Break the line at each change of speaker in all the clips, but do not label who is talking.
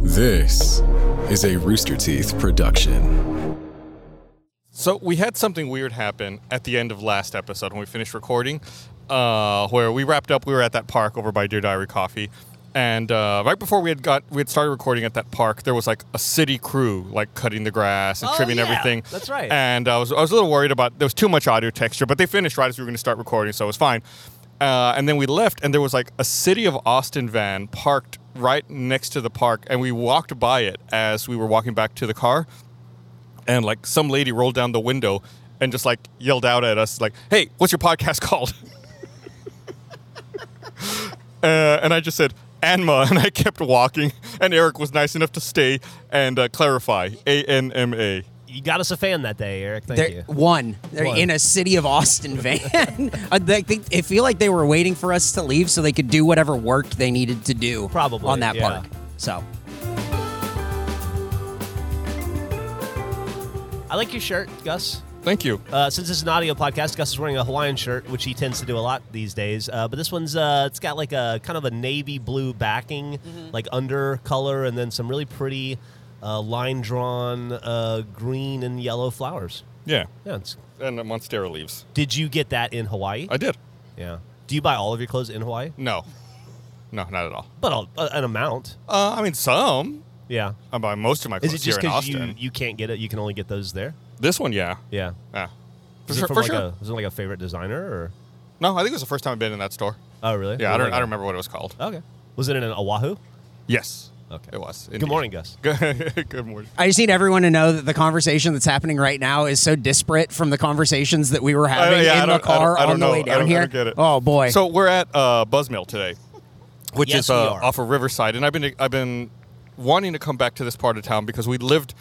This is a Rooster Teeth production.
So we had something weird happen at the end of last episode when we finished recording, uh, where we wrapped up. We were at that park over by Dear Diary Coffee, and uh, right before we had got we had started recording at that park, there was like a city crew like cutting the grass and
Oh,
trimming
yeah.
everything.
That's right.
And I was I was a little worried about there was too much audio texture, but they finished right as we were going to start recording, so it was fine. Uh, and then we left, and there was like a city of Austin van parked right next to the park, and we walked by it as we were walking back to the car and like some lady rolled down the window and just like yelled out at us like hey what's your podcast called uh, and i just said anma and i kept walking and eric was nice enough to stay and uh, clarify a-n-m-a
You got us a fan that day, Eric. Thank
They're,
you.
one, they're
One.
in a city of Austin van. I think they, I feel like they were waiting for us to leave so they could do whatever work they needed to do.
Probably,
on that
yeah.
park. So
I like your shirt, Gus.
thank you
Uh, since this is an audio podcast, Gus is wearing a Hawaiian shirt, which he tends to do a lot these days. Uh, but this one's uh, it's got like a kind of a navy blue backing, like under color, and then some really pretty uh, line drawn uh, green and yellow flowers.
yeah
Yeah. It's,
and uh, monstera leaves
did you get that in Hawaii?
i did
yeah. Do you buy all of your clothes in Hawaii?
no no not at all
But a, a- an amount.
uh, i mean some
Yeah.
i buy most of my
Is
clothes
it just
here in
because
austin
you, you can't get it? You can only get those there.
this one yeah
Yeah.
yeah for
Is it
sure,
from
for
like
sure.
a, was it like a favorite designer or?
no i think it was the first time i've been in that store
Oh, really?
yeah i don't,
Like
I
a-
don't remember what it was called
Okay. Was it in an Oahu?
yes
Okay.
it was
Good
indeed.
morning, Gus.
Good morning.
I just need everyone to know that the conversation that's happening right now is so disparate from the conversations that we were having
Oh, yeah, I
in the
don't- I don't-
car
I don't
on the
know.
way
I
down
don't- I
here.
don't get it.
Oh boy.
So we're at uh, Buzzmill today, which
Yes,
is
we
uh,
are.
off of Riverside, and I've been I've been wanting to come back to this part of town because we lived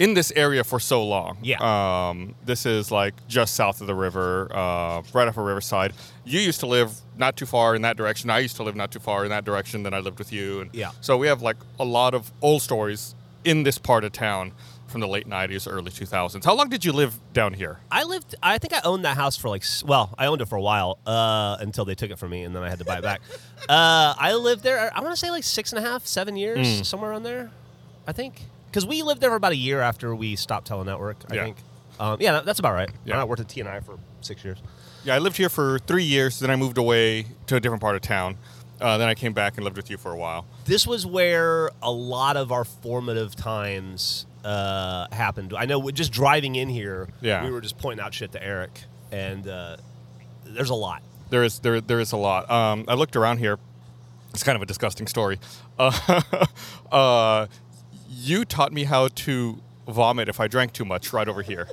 in this area for so long.
Yeah.
Um, this is like just south of the river, uh, right off of Riverside. You used to live not too far in that direction. I used to live not too far in that direction. Then I lived with you, and
Yeah.
So we have like a lot of old stories in this part of town from the late '90s, early 2000s. How long did you live down here?
I lived. I think I owned that house for like. s- Well, I owned it for a while uh, until they took it from me, and then I had to buy it back. uh, I lived there. I want to say like six and a half, seven years,
Hmm.
somewhere around there. I think because we lived there for about a year after we stopped Telenetwork. I
Yeah.
think. Um, yeah, that's about right.
Yeah.
I worked at TNI for six years.
Yeah, I lived here for three years. Then I moved away to a different part of town. Uh, then I came back and lived with you for a while.
this was where a lot of our formative times uh, happened. I know we're just driving in here,
Yeah.
we were just pointing out shit to Eric, and uh, there's a lot.
There is there there is a lot. Um, I looked around here. It's kind of a disgusting story. Uh, uh, you taught me how to vomit if I drank too much right over here.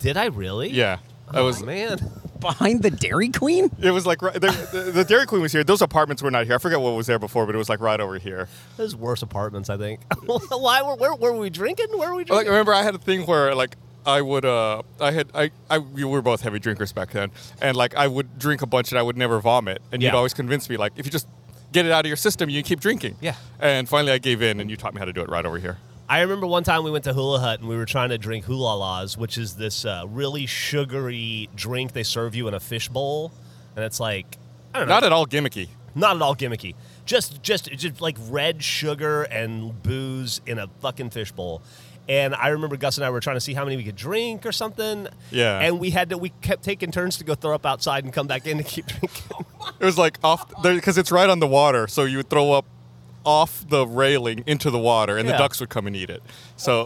Did I really?
Yeah, I
Oh,
was.
man.
behind the Dairy Queen?
It was like right, there, the, the Dairy Queen was here. Those apartments were not here. I forget what was there before, but it was like right over here.
Those worse apartments, I think. Why were where, were we drinking? Where were we
Like
drinking?
remember, I had a thing where like I would uh I had I, I we were both heavy drinkers back then, and like I would drink a bunch and I would never vomit, and
Yeah.
you'd always convince me like if you just get it out of your system, you keep drinking.
Yeah.
And finally, I gave in, and you taught me how to do it right over here.
I remember one time we went to Hula Hut and we were trying to drink hula laws, which is this uh, really sugary drink they serve you in a fish bowl, and it's like I don't know,
Not at all gimmicky.
Not at all gimmicky. Just, just, just like red sugar and booze in a fucking fishbowl. And I remember Gus and I were trying to see how many we could drink or something.
Yeah.
And we had to, we kept taking turns to go throw up outside and come back in to keep drinking.
It was like off there because it's right on the water, so you would throw up off the railing into the water, and
Yeah.
the ducks would come and eat it. So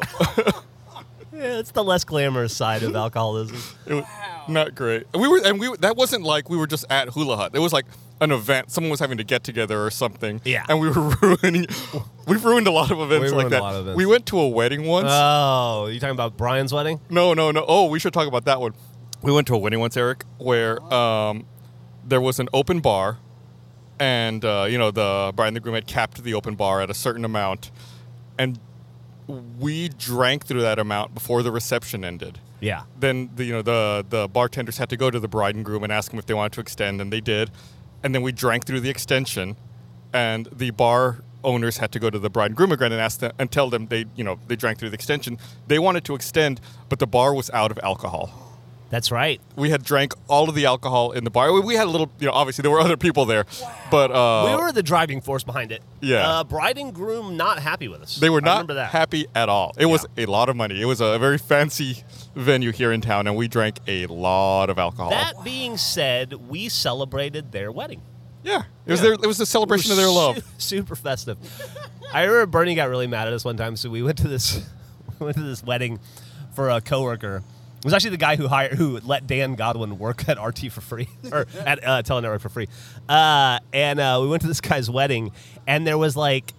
yeah, it's the less glamorous side of alcoholism.
It was not great. We were, and we that wasn't like we were just at Hula Hut. It was like an event. Someone was having to get together or something.
Yeah.
and we were ruining. We've ruined a lot of events like
ruined a
that.
lot of events.
We went to a wedding once.
Oh, you talking about Brian's wedding?
no, no, no. Oh, we should talk about that one. We went to a wedding once, Eric, where um, there was an open bar, and uh, you know the bride and the groom had capped the open bar at a certain amount, and we drank through that amount before the reception ended
Yeah.
then the, you know the the bartenders had to go to the bride and groom and ask them if they wanted to extend, and they did. And then we drank through the extension, and the bar owners had to go to the bride and groom again and ask them and tell them they you know they drank through the extension. They wanted to extend, but the bar was out of alcohol.
That's right.
We had drank all of the alcohol in the bar. We- We had a little, you know, obviously there were other people there, but uh,
we were the driving force behind it.
Yeah.
Uh, bride and groom not happy with us.
They were
I
not
remember that.
happy at all. It was a lot of money. It was a very fancy venue here in town, and we drank a lot of alcohol.
That being said, we celebrated their wedding.
yeah, it was their it was a celebration of their love.
Super festive. I remember Bernie got really mad at us one time, so we went to this we went to this wedding for a coworker. It was actually the guy who hired who let Dan Godwin work at RT for free or at uh, Telenetwork for free. Uh, and uh, we went to this guy's wedding, and there was like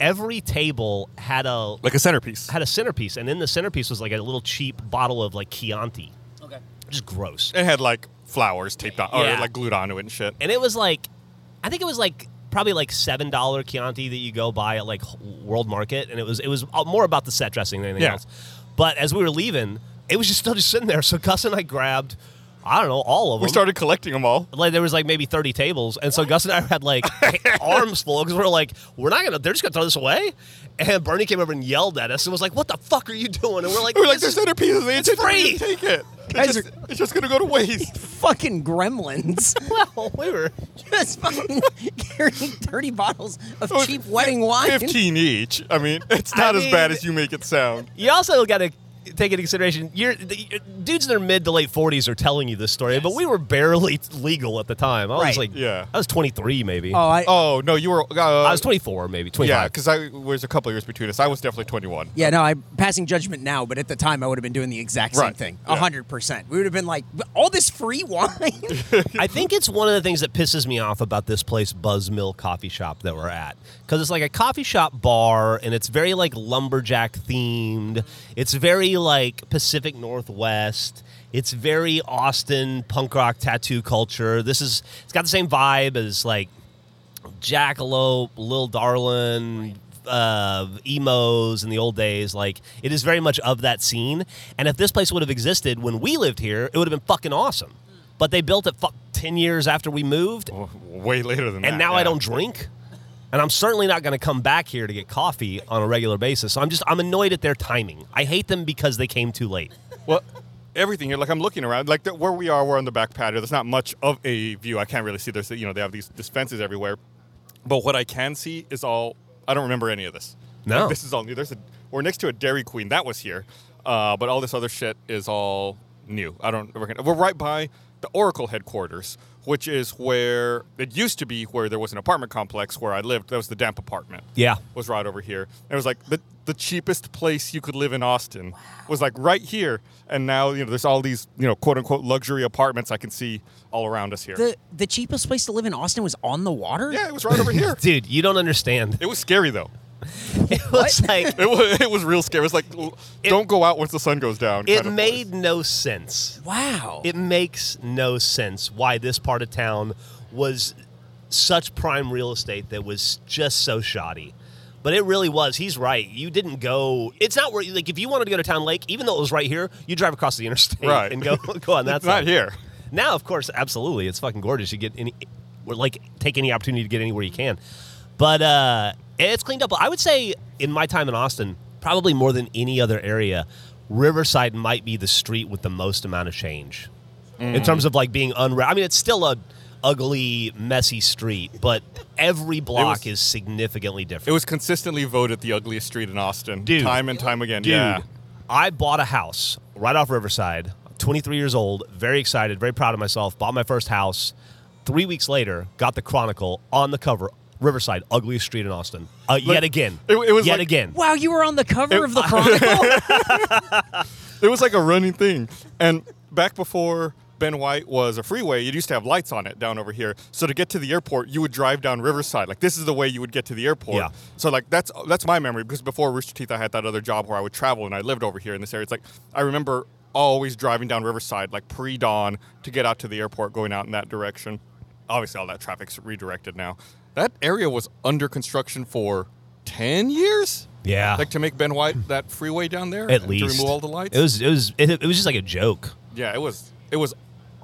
every table had a
Like a centerpiece.
had a centerpiece, and in the centerpiece was like a little cheap bottle of like Chianti,
Okay.
just gross.
It had like flowers taped on
Yeah.
or like glued onto it and shit.
and it was like I think it was like probably like seven dollar Chianti that you go buy at like World Market, and it was it was more about the set dressing than anything
Yeah.
else. But as we were leaving, it was just still just sitting there. So Gus and I grabbed, I don't know, all of them.
We started collecting them all.
like there was like maybe thirty tables, and so Gus and I had like arms full because we are like, we're not gonna, they're just gonna throw this away. And Bernie came over and yelled at us and was like, "What the fuck are you doing?" And we're like,
We were like,
"This
"There's
is-
centerpieces. They
it's
intended for you to
free."
Take it. It's
Guys
just,
are-
it's just gonna go to waste."
Fucking gremlins.
well, we were."
Just fucking carrying dirty bottles of
It was
cheap
Oh, fif-
wedding wine.
Fifteen each. I mean, it's
I
not as bad
mean-
as you make it sound.
You also got to take into consideration you're, the, you dudes in their mid to late 40s are telling you this story, but we were barely legal at the time. I was
Right.
like,
Yeah.
I was 23 maybe.
Oh, I,
Oh no, you were. Uh,
I was 24 maybe, 25.
Yeah, because I was a couple years between us. I was definitely twenty-one.
yeah, no, I'm passing judgment now, but at the time I would have been doing the exact same
Right.
thing.
Yeah.
A hundred percent. We would have been like, all this free wine.
I think it's one of the things that pisses me off about this place, Buzz Mill Coffee Shop, that we're at, because it's like a coffee shop bar, and it's very like lumberjack themed. It's very like Pacific Northwest. It's very Austin punk rock tattoo culture. This is it's got the same vibe as like Jackalope, Lil Darlin, uh, emos in the old days. Like it is very much of that scene. And if this place would have existed when we lived here, it would have been fucking awesome. But they built it fu- ten years after we moved,
Way later than that.
and now I
yeah.
don't drink. And I'm certainly not going to come back here to get coffee on a regular basis. So I'm just I'm annoyed at their timing. I hate them because they came too late.
Well, everything here. Like I'm looking around. Like the, where we are, we're on the back patio. There's not much of a view. I can't really see. There's you know they have these, these fences everywhere, but what I can see is all. I don't remember any of this.
No.
Like, this is all new. There's a we're next to a Dairy Queen that was here, uh, but all this other shit is all new. I don't. recognize- We're right by the Oracle headquarters, which is where it used to be. Where there was an apartment complex where I lived. That was the damp apartment
Yeah.
was right over here. And it was like the, the cheapest place you could live in Austin was like right here. And now, you know, there's all these, you know, quote unquote luxury apartments I can see all around us here.
the the cheapest place to live in Austin was on the water.
yeah, it was right over here.
Dude, you don't understand.
It was scary though.
It was like
It was, it was real scary. It was like, l- don't go out once the sun goes down.
it
kind of
made no sense.
Wow.
it makes no sense why this part of town was such prime real estate that was just so shoddy. But it really was. He's right. You didn't go. It's not where like if you wanted to go to Town Lake, even though it was right here, you drive across the interstate
Right.
and go go on that
It's
side.
not here.
Now, of course, absolutely, it's fucking gorgeous. You get any, or like take any opportunity to get anywhere you can. But uh, it's cleaned up. I would say in my time in Austin, probably more than any other area, Riverside might be the street with the most amount of change in terms of like being unra. I mean, it's still a ugly, messy street, but every block is significantly different.
It was consistently voted the ugliest street in Austin,
Dude.
time and time again.
Dude,
Yeah.
I bought a house right off Riverside. 23 years old, very excited, very proud of myself. Bought my first house. Three weeks later, got the Chronicle on the cover. Riverside, ugliest street in Austin. Uh, yet again.
it- it was
yet
like-
again.
Wow, you were on the cover of the Chronicle.
It was like a running thing. And back before Ben White was a freeway, it used to have lights on it down over here. So to get to the airport, you would drive down Riverside. Like this is the way you would get to the airport.
Yeah.
So like that's that's my memory because before Rooster Teeth, I had that other job where I would travel and I lived over here in this area. It's like I remember always driving down Riverside like pre-dawn to get out to the airport, going out in that direction. Obviously, all that traffic's redirected now. That area was under construction for ten years.
Yeah.
like to make Ben White that freeway down there
At
and
least.
to remove all the lights.
It was, it, was, it, it was just like a joke.
Yeah, it was it was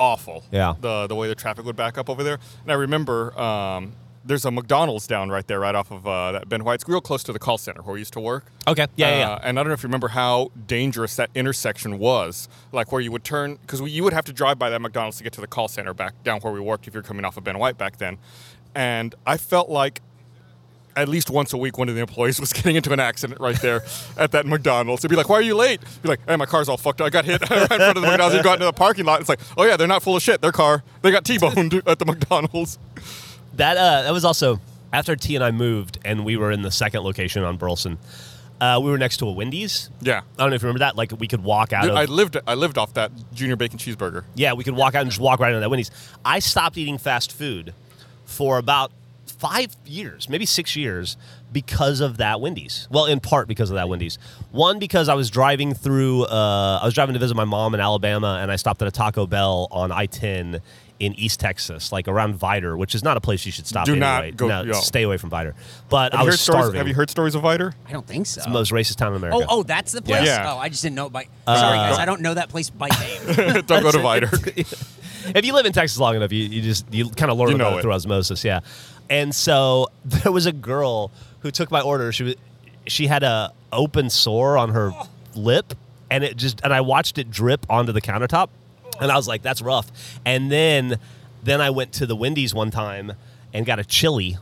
awful.
Yeah.
The the way the traffic would back up over there. And I remember um, there's a McDonald's down right there, right off of uh, that Ben White's, real close to the call center where we used to work.
Okay. Yeah, yeah, yeah.
Uh, And I don't know if you remember how dangerous that intersection was, like where you would turn, because you would have to drive by that McDonald's to get to the call center back down where we worked if you're coming off of Ben White back then. And I felt like at least once a week, one of the employees was getting into an accident right there at that McDonald's. It'd be like, "Why are you late?" Be like, "Hey, my car's all fucked up. I got hit right in front of the McDonald's. You got into the parking lot." It's like, "Oh yeah, they're not full of shit. Their car, they got t-boned at the McDonald's."
That uh, that was also after T and I moved, and we were in the second location on Burleson. Uh, we were next to a Wendy's.
Yeah.
I don't know if you remember that. Like we could walk out
Dude,
of.
I lived, I lived off that junior bacon cheeseburger.
yeah, we could walk out and just walk right into that Wendy's. I stopped eating fast food for about five years, maybe six years, because of that Wendy's. Well, in part because of that Wendy's. One because I was driving through. Uh, I was driving to visit my mom in Alabama, and I stopped at a Taco Bell on I ten in East Texas, like around Vider, which is not a place you should stop.
Do not
anyway.
go-
No,
yo.
stay away from Vider. But
Have
I
you
was
heard stories-
starving.
have you heard stories of Viter?
I don't think so.
the most racist town in America?
Oh, oh, that's the place.
Yeah.
Oh, I just didn't know it by. Sorry, guys, I don't know that place by name.
Don't go to Viter.
if you live in Texas long enough, you, you just you kind of learn
You
about
know
it
it.
through osmosis, yeah. And so there was a girl who took my order. She was she had a open sore on her lip, and it just and I watched it drip onto the countertop, and I was like, "That's rough." And then then I went to the Wendy's one time and got a chili,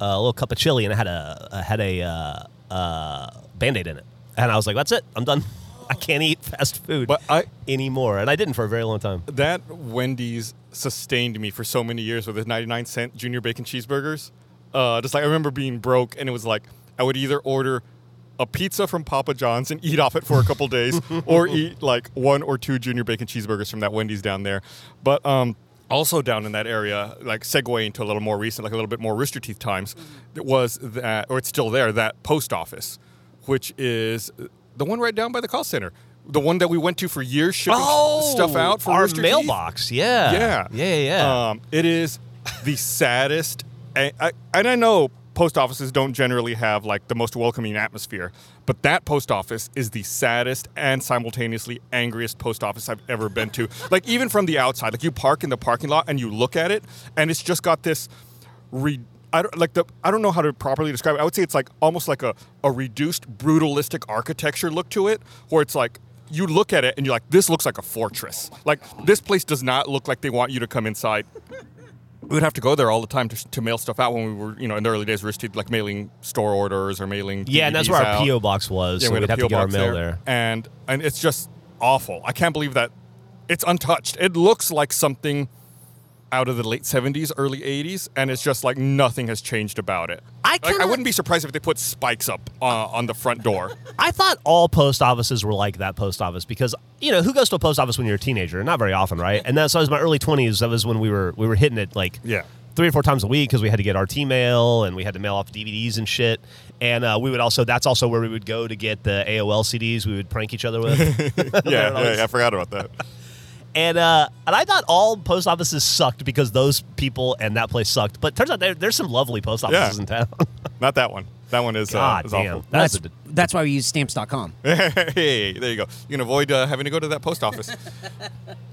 uh, a little cup of chili, and I had a I had a uh, uh, band aid in it, and I was like, "That's it. I'm done." I can't eat fast food
But uh, I-
anymore, and I didn't for a very long time.
that Wendy's sustained me for so many years with its 99 cent junior bacon cheeseburgers. Uh, just like I remember being broke, and it was like I would either order a pizza from Papa John's and eat off it for a couple days, or eat like one or two junior bacon cheeseburgers from that Wendy's down there. But um, also down in that area, like segueing to a little more recent, like a little bit more rooster teeth times, it was that, or it's still there, that post office, which is the one right down by the call center. The one that we went to for years, shipping
Oh,
stuff out for
our
Rooster Teeth.
mailbox. Yeah,
Yeah,
yeah, yeah.
Um, it is the saddest, and I, and I know post offices don't generally have like the most welcoming atmosphere, but that post office is the saddest and simultaneously angriest post office I've ever been to. like even from the outside, like you park in the parking lot and you look at it, and it's just got this re. I don't, like the, I don't know how to properly describe it. I would say it's like almost like a, a reduced brutalistic architecture look to it, where it's like you look at it and you're like, this looks like a fortress. Like this place does not look like they want you to come inside. We would have to go there all the time to, to mail stuff out when we were, you know, in the early days, we were still, like mailing store orders or mailing.
yeah, and that's
DVDs
where
out.
our PO box was.
Yeah,
so
we
we'd
had a
have to
PO
get our
box
mail there.
And and it's just awful. I can't believe that it's untouched. It looks like something out of the late 70s, early 80s, and it's just like nothing has changed about it.
I
Like, I
cannot-
wouldn't be surprised if they put spikes up uh, on the front door.
I thought all post offices were like that post office because you know who goes to a post office when you're a teenager? Not very often, right? And that's so I was my early twenties. That was when we were we were hitting it like
Yeah.
three or four times a week because we had to get our T mail and we had to mail off DVDs and shit. And uh, we would also that's also where we would go to get the AOL CDs. We would prank each other with.
yeah, yeah, I forgot about that.
And uh, and I thought all post offices sucked because those people and that place sucked. But turns out there, there's some lovely post offices
Yeah.
in town.
Not that one. That one is, uh,
God
is
damn,
awful.
that's,
that's that's why we use stamps.com.
hey, there you go. You can avoid uh, having to go to that post office.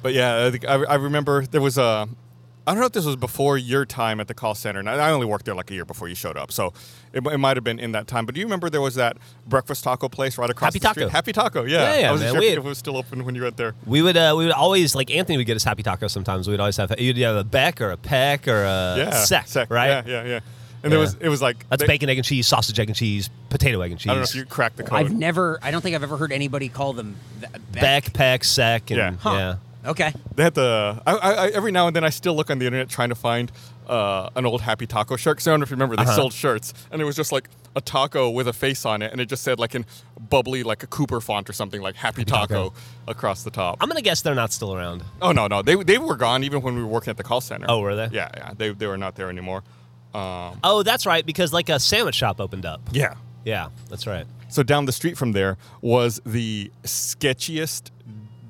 but yeah, I, think, I, I remember there was a. I don't know if this was before your time at the call center, and I I only worked there like a year before you showed up, so it, mi- it might have been in that time. But do you remember there was that breakfast taco place right across
Happy
the street?
Taco.
Happy Taco, yeah.
Yeah, yeah,
I was
man,
sure
we
if
had-
it was still open when you went there.
we would uh, we would always like Anthony would get us happy tacos. Sometimes we'd always have you'd have a beck or a peck or a
Yeah,
sec,
sec,
right?
Yeah, yeah, yeah. And there
Yeah.
was it was like
That's
they-
bacon, egg, and cheese, sausage, egg, and cheese, potato, egg, and cheese.
I don't know if you cracked the code.
I've never. I don't think I've ever heard anybody call them th-
beck, peck, sec, and
Yeah.
yeah.
Huh.
Okay.
They had the. I, I, I- every now and then, I still look on the internet trying to find uh, an old Happy Taco shirt. Because I don't know if you remember, they
Uh-huh.
sold shirts, and it was just like a taco with a face on it, and it just said like in bubbly, like a Cooper font or something, like Happy, taco,
Taco.
across the top.
I'm gonna guess they're not still around.
oh no, no, they they were gone even when we were working at the call center.
Oh, were they?
Yeah, yeah, they they were not there anymore. Um,
Oh, that's right, because like a sandwich shop opened up.
yeah.
Yeah, that's right.
So down the street from there was the sketchiest,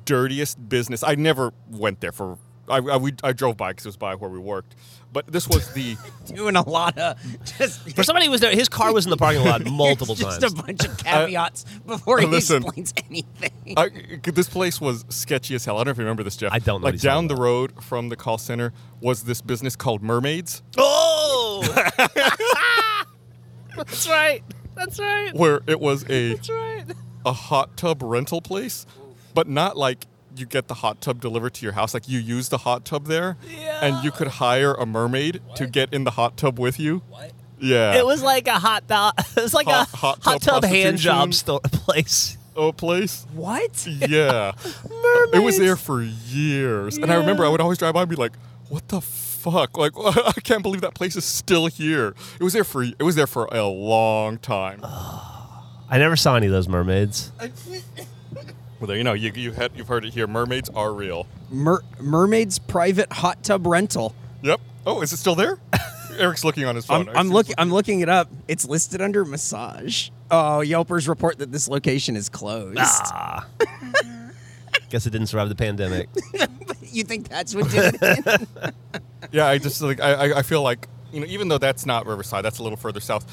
dirtiest business. I never went there for. I, I, we, I drove by because it was by where we worked, but this was the
Doing a lot of just.
For somebody who was there, his car was in the parking lot multiple
just
times.
a bunch of caveats before he
listen.
explains anything.
I, this place was sketchy as hell. I don't know if you remember this, Jeff.
I don't know what
Like
he's
down
talking
the road from the call center was this business called Mermaids.
oh,
No. That's right. That's right.
where it was a
That's right.
a hot tub rental place, but not like you get the hot tub delivered to your house. Like you use the hot tub there, and you could hire a mermaid to get in the hot tub with you. What? Yeah.
It was like a hot dog. It was like
Hot-
a
hot
hot,
tub
tub, hand
prostitution.
job store place.
a Oh, place.
What?
Yeah. It was there for years, and I remember I would always drive by and be like, "What the." Fuck! Like I can't believe that place is still here. It was there for it was there for a long time.
I never saw any of those mermaids.
Well, there you know you you had, you've heard it here. Mermaids are real.
Mer- mermaid's private hot tub rental.
Yep. Oh, is it still there? Eric's looking on his
Oh,
phone.
I'm,
Eric's
I'm looking. I'm looking it up. It's listed under massage. Oh, Yelpers report that this location is closed.
Ah. Guess it didn't survive the pandemic.
You think that's what did it?
Yeah, I just like I, I- I feel like you know even though that's not Riverside, that's a little further south.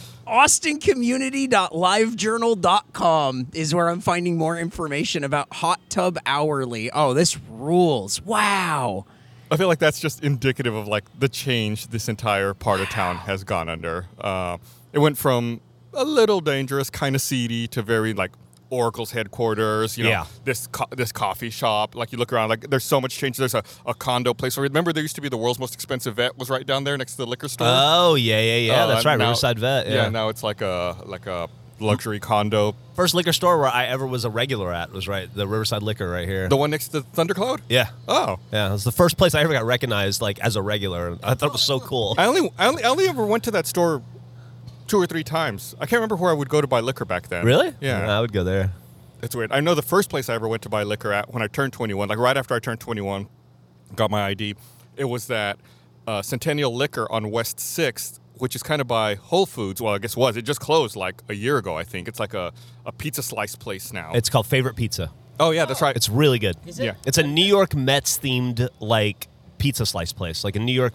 AustinCommunity.livejournal.com is where I'm finding more information about hot tub hourly. Oh, this rules! Wow.
I feel like that's just indicative of like the change this entire part of town has gone under. Uh, it went from a little dangerous, kind of seedy, to very like Oracle's headquarters. You know,
Yeah.
this co- this coffee shop. Like you look around, like there's so much change. There's a, a condo place. Remember, there used to be the world's most expensive vet was right down there next to the liquor store.
oh yeah, yeah, yeah.
Uh,
that's right,
now-
Riverside Vet. Yeah.
now it's like a like a luxury condo.
First liquor store where I ever was a regular at was right the Riverside Liquor right here.
The one next to Thundercloud.
yeah.
Oh.
Yeah, it was the first place I ever got recognized like as a regular. I thought it was so cool.
I only, I only, I only ever went to that store two or three times. I can't remember where I would go to buy liquor back then.
Really?
Yeah,
I would go there.
it's weird. I know the first place I ever went to buy liquor at when I turned 21, like right after I turned 21, got my ID. It was that uh, Centennial Liquor on West Sixth, which is kind of by Whole Foods. Well, I guess was it just closed like a year ago? I think it's like a, a pizza slice place now.
It's called Favorite Pizza.
oh yeah, that's right.
It's really good.
it? Yeah.
It's a New York Mets themed like pizza slice place. Like a New York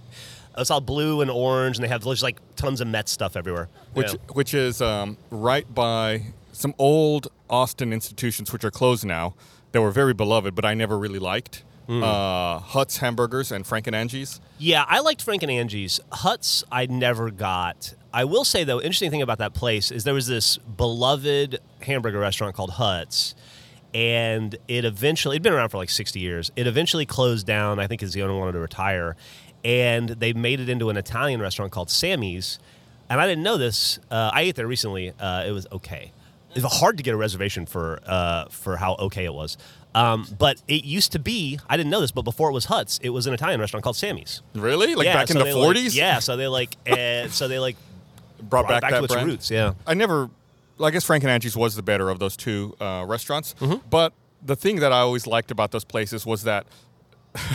it's all blue and orange and they have just like tons of Mets stuff everywhere.
which
Yeah.
which is um, right by some old Austin institutions which are closed now that were very beloved, but I never really liked.
Hmm.
Uh, Huts Hamburgers and Frank and Angie's.
Yeah, I liked Frank and Angie's. Huts, I never got. I will say though, interesting thing about that place is there was this beloved hamburger restaurant called Huts, and it eventually it'd been around for like sixty years. It eventually closed down. I think because the owner wanted to retire, and they made it into an Italian restaurant called Sammy's. And I didn't know this. Uh, I ate there recently. Uh, it was okay. It was hard to get a reservation for uh, for how okay it was. Um, but it used to be. I didn't know this, but before it was Huts, it was an Italian restaurant called Sammy's
Really? Like back
so
in
they,
the
like-
40s?
yeah, so they like uh, so they like
Brought,
brought back,
that
to its
brand.
roots. Yeah,
I never, I guess Frank and Angie's was the better of those two uh, restaurants.
Mm-hmm.
But the thing that I always liked about those places was that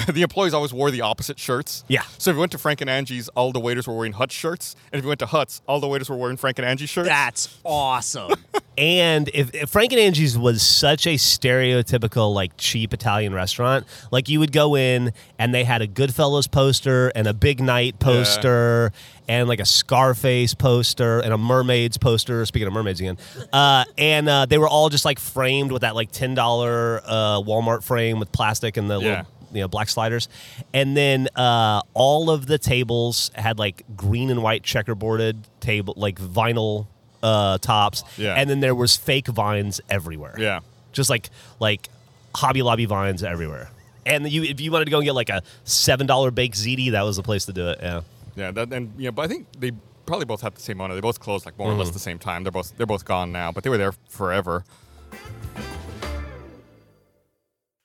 the employees always wore the opposite shirts.
Yeah.
So if you went to Frank and Angie's, all the waiters were wearing Huts shirts. And if you went to Huts, all the waiters were wearing Frank and Angie's shirts.
That's awesome.
and if, if Frank and Angie's was such a stereotypical like cheap Italian restaurant, like you would go in and they had a Goodfellas poster and a Big Night poster and like a Scarface poster and a Mermaids poster. Speaking of mermaids again, uh, and uh, they were all just like framed with that like ten dollar uh, Walmart frame with plastic and the
Yeah.
little you know black sliders and then uh, all of the tables had like green and white checkerboarded table like vinyl uh, tops
Yeah.
and then there was fake vines everywhere
Yeah.
just like like hobby lobby vines everywhere and you if you wanted to go and get like a seven dollar baked ziti that was the place to do it yeah
Yeah, that, and yeah, but I think they probably both have the same owner. They both closed like more or less the same time. They're both they're both gone now, but they were there forever.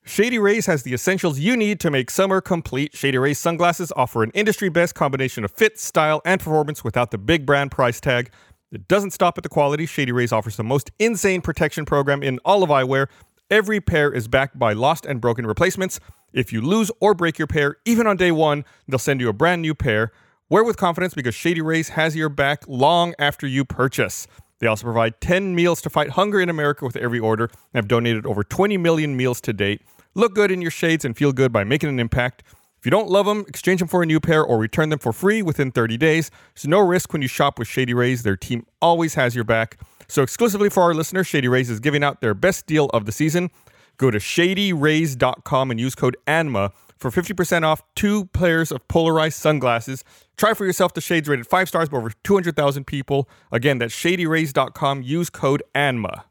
Shady Rays has the essentials you need to make summer complete. Shady Rays sunglasses offer an industry best combination of fit, style, and performance without the big brand price tag. It doesn't stop at the quality. Shady Rays offers the most insane protection program in all of eyewear. Every pair is backed by lost and broken replacements. If you lose or break your pair, even on day one, they'll send you a brand new pair. Wear with confidence because Shady Rays has your back long after you purchase. They also provide 10 meals to fight hunger in America with every order and have donated over 20 million meals to date. Look good in your shades and feel good by making an impact. If you don't love them, exchange them for a new pair or return them for free within 30 days. There's no risk when you shop with Shady Rays. Their team always has your back. So, exclusively for our listeners, Shady Rays is giving out their best deal of the season. Go to shadyrays.com and use code ANMA for 50% off two pairs of polarized sunglasses. Try for yourself the shades rated five stars by over 200,000 people. Again, that's shadyrays.com. Use code ANMA.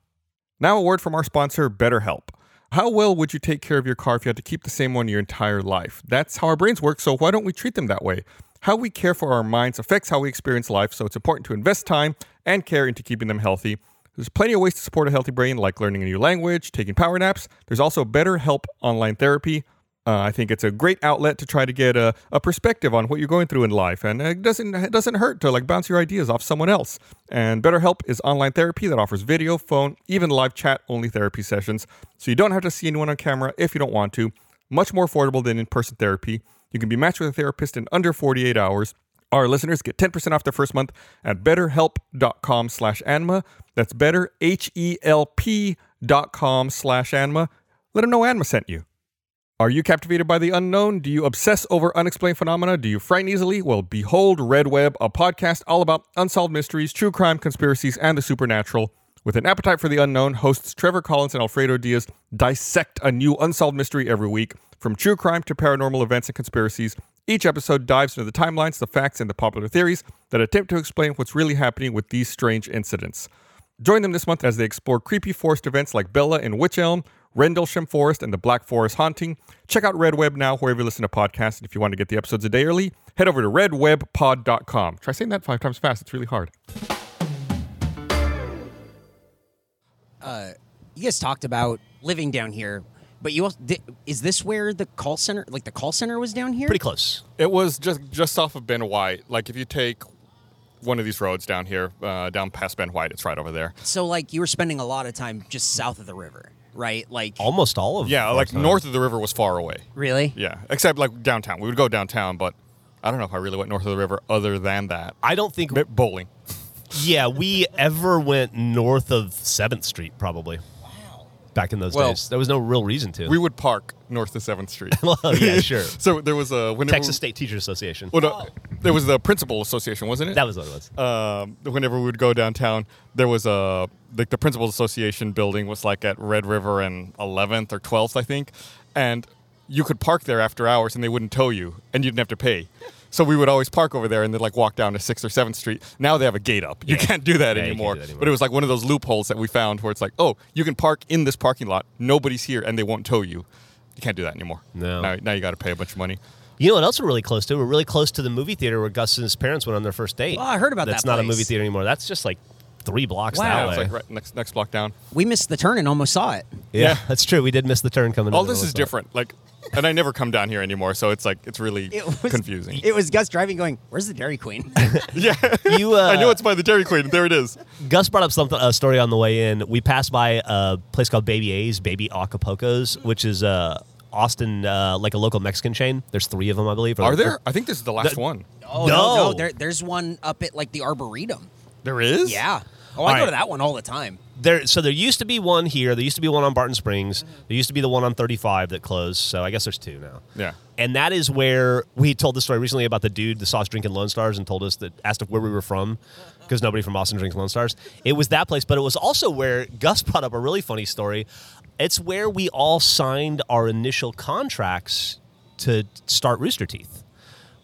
Now, a word from our sponsor, BetterHelp. How well would you take care of your car if you had to keep the same one your entire life? That's how our brains work, so why don't we treat them that way? How we care for our minds affects how we experience life, so it's important to invest time and care into keeping them healthy. There's plenty of ways to support a healthy brain, like learning a new language, taking power naps. There's also BetterHelp online therapy. Uh, I think it's a great outlet to try to get a, a perspective on what you're going through in life, and it doesn't it doesn't hurt to like bounce your ideas off someone else. And BetterHelp is online therapy that offers video, phone, even live chat only therapy sessions, so you don't have to see anyone on camera if you don't want to. Much more affordable than in-person therapy. You can be matched with a therapist in under 48 hours. Our listeners get 10% off their first month at betterhelp.com slash anma. That's better, H-E-L-P dot com slash anma. Let them know Anma sent you. Are you captivated by the unknown? Do you obsess over unexplained phenomena? Do you frighten easily? Well, behold Red Web, a podcast all about unsolved mysteries, true crime, conspiracies, and the supernatural. With an appetite for the unknown, hosts Trevor Collins and Alfredo Diaz dissect a new unsolved mystery every week. From true crime to paranormal events and conspiracies, each episode dives into the timelines, the facts, and the popular theories that attempt to explain what's really happening with these strange incidents. Join them this month as they explore creepy forest events like Bella in Witch Elm, Rendlesham Forest, and the Black Forest Haunting. Check out Red Web now wherever you listen to podcasts. And if you want to get the episodes a day early, head over to redwebpod.com. Try saying that five times fast. It's really hard.
You guys talked about living down here, but you also, di- is this where the call center, like the call center, was down here?
Pretty close.
It was just just off of Ben White. Like if you take one of these roads down here, uh, down past Ben White, it's right over there.
So like you were spending a lot of time just south of the river, right? Like
Almost all of
Yeah, like north of the river was far away.
really?
Yeah, except like downtown. We would go downtown, but I don't know if I really went north of the river other than that.
I don't think.
Bit bowling.
Yeah, we ever went north of Seventh Street probably. Wow. Back in those
Well-
days, there was no real reason to.
We would park north of 7th Street.
well, yeah, sure.
so there was a whenever
Texas State Teachers Association.
Well, no, there was the principal association, wasn't it?
That was what it was.
um, whenever we would go downtown, there was a like the principals association building was like at Red River and 11th or 12th, I think, and you could park there after hours and they wouldn't tow you and you didn't have to pay. So we would always park over there and then like walk down to Sixth or Seventh Street. Now they have a gate up. You can't do that,
Yeah, you can't do
anymore.
that anymore.
But it was like one of those loopholes that we found where it's like, oh, you can park in this parking lot. Nobody's here and they won't tow you. You can't do that anymore.
No.
Now, now you got to pay a bunch of money.
You know what else we're really close to? We're really close to the movie theater where Gus and his parents went on their first date.
Oh, I heard about
That's
that
not a
place.
movie theater anymore. That's just like three blocks
Wow.
Yeah,
that
it's
way.
like right next next block down.
We missed the turn and almost saw it.
yeah.
Yeah.
that's true. We did miss the turn coming.
All
in the
this
middle
is
of the-
different. Like, and I never come down here anymore, so it's like it's really
It was
confusing.
It was Gus driving, going, "Where's the Dairy Queen?"
yeah,
You, uh,
I know it's by the Dairy Queen. There it is.
Gus brought up something a story on the way in. We passed by a place called Baby A's, Baby Acapulco's, which is uh, Austin, uh, like a local Mexican chain. There's three of them, I believe. or-
Are there? I think this is the last
The-
one.
oh no,
No.
there, there's one up at like the Arboretum.
There is.
Yeah. Oh,
All
I go
right.
to that one all the time.
There, so there used to be one here. There used to be one on Barton Springs. There used to be the one on 35 that closed. So I guess there's two now.
Yeah.
And that is where we told the story recently about the dude that saw us drinking Lone Stars and told us that asked if where we were from because nobody from Austin drinks Lone Stars. It was that place, but it was also where Gus brought up a really funny story. It's where we all signed our initial contracts to start Rooster Teeth.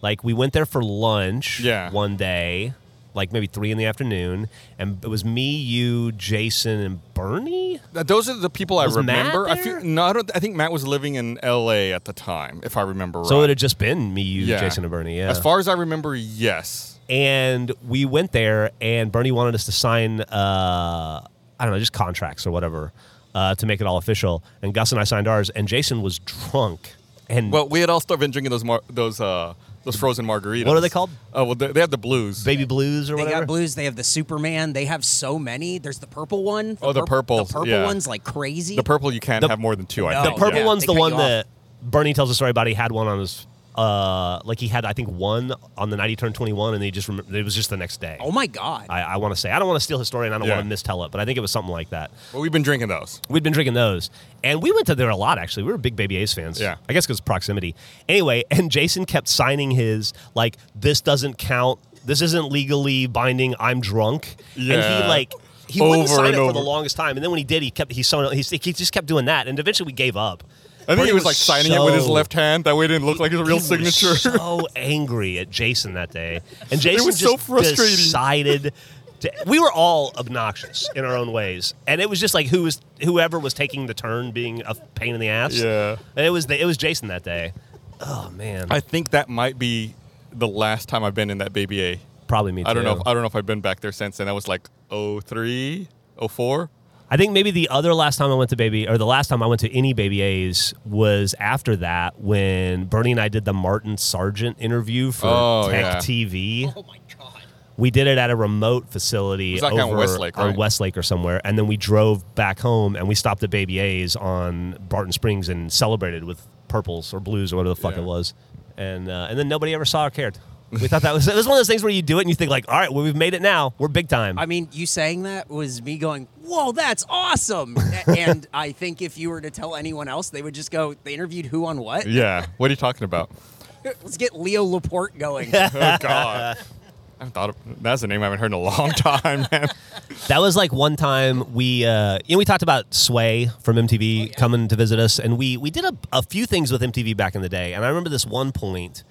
Like we went there for lunch
Yeah.
one day, like maybe three in the afternoon, and it was me, you, Jason, and Bernie.
Th- Those are the people I
Was Matt
remember. I
there?
feel no. I, don't, I think Matt was living in L.A. at the time, if I remember right.
So it had just been me, you,
Yeah.
Jason, and Bernie. Yeah.
As far as I remember, yes.
and we went there, and Bernie wanted us to sign, uh, I don't know, just contracts or whatever uh, to make it all official. And Gus and I signed ours, and Jason was drunk. And
Well, we had all started drinking those mar- those uh, those frozen margaritas.
What are they called?
Uh, well, they, they have the blues.
baby blues or
They
whatever.
got blues. They have the Superman. They have so many. There's the purple one.
Oh, the
purp-
purples,
The purple
yeah.
one's like crazy.
the purple you can't
The-
have more than two. I
No.
think.
The purple
yeah.
one's
Oh, They
the one
cut you off.
that Bernie tells a story about. He had one on his, uh, like he had I think one on the night he turned twenty one, and he just remember it was just the next day.
oh my god.
I, I want to say I don't want to steal his story, and I don't
Yeah.
want to mistell it, but I think it was something like that.
Well, we've been drinking those.
We'd been drinking those, and we went to there a lot. Actually, we were big Baby Ace fans.
Yeah.
I guess because proximity. Anyway, and Jason kept signing his like this doesn't count. This isn't legally binding. I'm drunk, and
Yeah.
he like he wouldn't
Over
sign
and
it for the
over.
longest time, and then when he did, he kept he signed he, he just kept doing that, and eventually we gave up.
I think he was like signing it with his
so-
left hand. That way it didn't look like his real
He was
signature.
so angry at Jason that day, and Jason
was
just
so frustrating.
decided. To, we were all obnoxious in our own ways, and it was just like who was whoever was taking the turn being a pain in the ass.
Yeah.
And it was the, it was Jason that day. Oh man,
I think that might be the last time I've been in that baby A.
probably me. Too.
I don't know. If, I don't know if I've been back there since then. I was like 03, 04.
I think maybe the other last time I went to baby, or the last time I went to any baby A's was after that when Bernie and I did the Martin Sargent interview for
Oh,
Tech
yeah.
TV.
Oh my god.
We did it at a remote facility
It was like
over
on Westlake,
on
right?
Westlake or somewhere, and then we drove back home and we stopped at Baby A's on Barton Springs and celebrated with purples or blues or whatever the fuck
Yeah.
it was, and uh, and then nobody ever saw or cared. We thought that was it was one of those things where you do it and you think like, all right, well we've made it now, we're big time.
I mean, you saying that was me going, "Whoa, that's awesome!" A- and I think if you were to tell anyone else, they would just go, "They interviewed who on what?"
Yeah. What are you talking about?
Let's get Leo Laporte going.
Oh God. I haven't thought of that's a name I haven't heard in a long time, man.
That was like one time we, uh, you know, we talked about Sway from MTV coming to visit us, and we we did a, a few things with MTV back in the day. And I remember this one point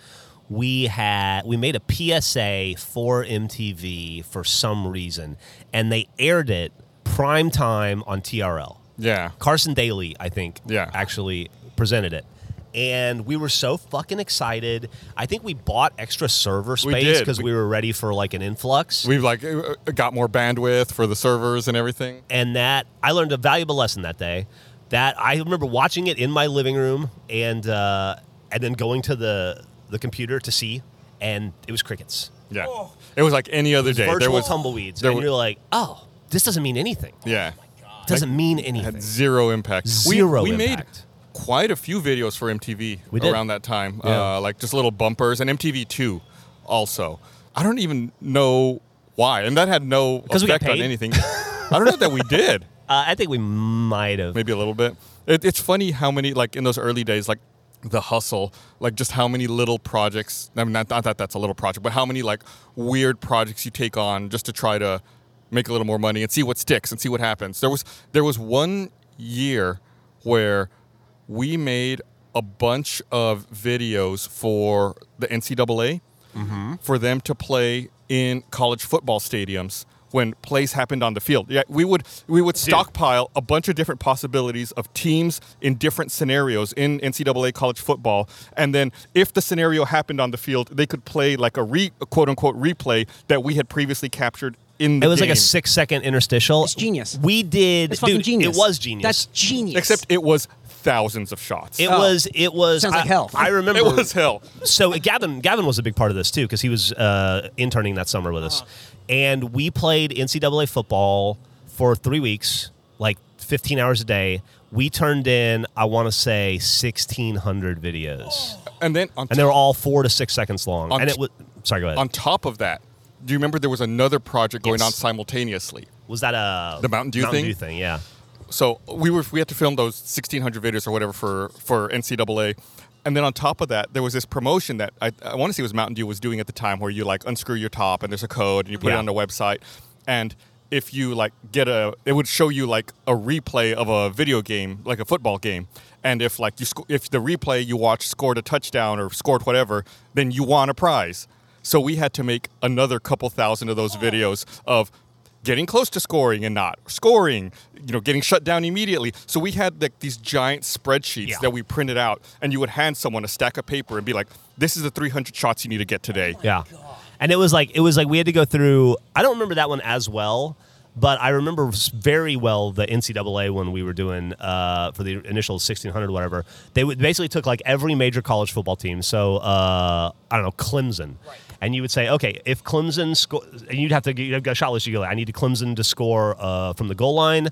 we had we made a PSA for MTV for some reason, and they aired it prime time on TRL.
Yeah.
Carson Daly, I think,
Yeah.
actually presented it. And we were so fucking excited. I think we bought extra server
We
space
did.
because we, were ready for like an influx.
We've like uh, got more bandwidth for the servers and everything.
and that I learned a valuable lesson that day. That I remember watching it in my living room and uh, and then going to the the computer to see, and it was crickets,
Yeah. It was like any other day.
virtual
There was
tumbleweeds,
there
and
wa-
you're like, oh, this doesn't mean anything.
Yeah.
It doesn't mean anything.
Had zero impact.
Zero
we, we
impact.
made quite a few videos for MTV
We did.
around that time,
Yeah.
uh, like just little bumpers and MTV Two, also. I don't even know why, and that had no
we got
effect on
paid?
anything. I don't know that we did.
Uh, I think we might have.
maybe a little bit. It, it's funny how many like in those early days, like the hustle, like just how many little projects. I mean, not, not that that's a little project, but how many like weird projects you take on just to try to make a little more money and see what sticks and see what happens. There was there was one year where we made a bunch of videos for the NCAA for them to play in college football stadiums when plays happened on the field. Yeah, we would we would stockpile a bunch of different possibilities of teams in different scenarios in NCAA college football, and then if the scenario happened on the field, they could play like a re, quote unquote replay that we had previously captured in the.
It was like a
game.
six second interstitial.
It's genius.
We did.
It's fucking
dude, It
genius.
was genius.
That's genius.
Except it was thousands of shots.
it
Oh.
was. It was.
Sounds
I,
like hell.
I remember.
It was hell.
so uh, Gavin Gavin was a big part of this too because he was uh, interning that summer with us,
Uh-huh.
and we played NCAA football for three weeks, like fifteen hours a day. We turned in, I want to say, sixteen hundred videos,
And then on
and they were all four to six seconds long.
On
and
t-
it was sorry, go ahead.
on top of that, do you remember there was another project going
Yes.
on simultaneously?
was that a
The Mountain Dew
Mountain
thing?
Dew thing? Yeah,
so we were we had to film those 1600 videos or whatever for for NCAA and then on top of that there was this promotion that I, I want to see was Mountain Dew was doing at the time where you like unscrew your top and there's a code and you put it
Yeah.
on the website and if you like get a it would show you like a replay of a video game like a football game and if like you sc- if the replay you watched scored a touchdown or scored whatever then you won a prize so we had to make another couple thousand of those videos of getting close to scoring and not scoring, you know, getting shut down immediately. So we had like these giant spreadsheets
Yeah.
that we printed out, and you would hand someone a stack of paper and be like, "This is the 300 shots you need to get today."
yeah. And it was like it was like we had to go through. I don't remember that one as well. But I remember s- very well the NCAA when we were doing uh, for the initial 1600 or whatever. They would basically took like every major college football team. So uh, I don't know Clemson, and you would say, okay, if Clemson score, and you'd have to get you'd have a shot list. You go, I need Clemson to score uh, from the goal line.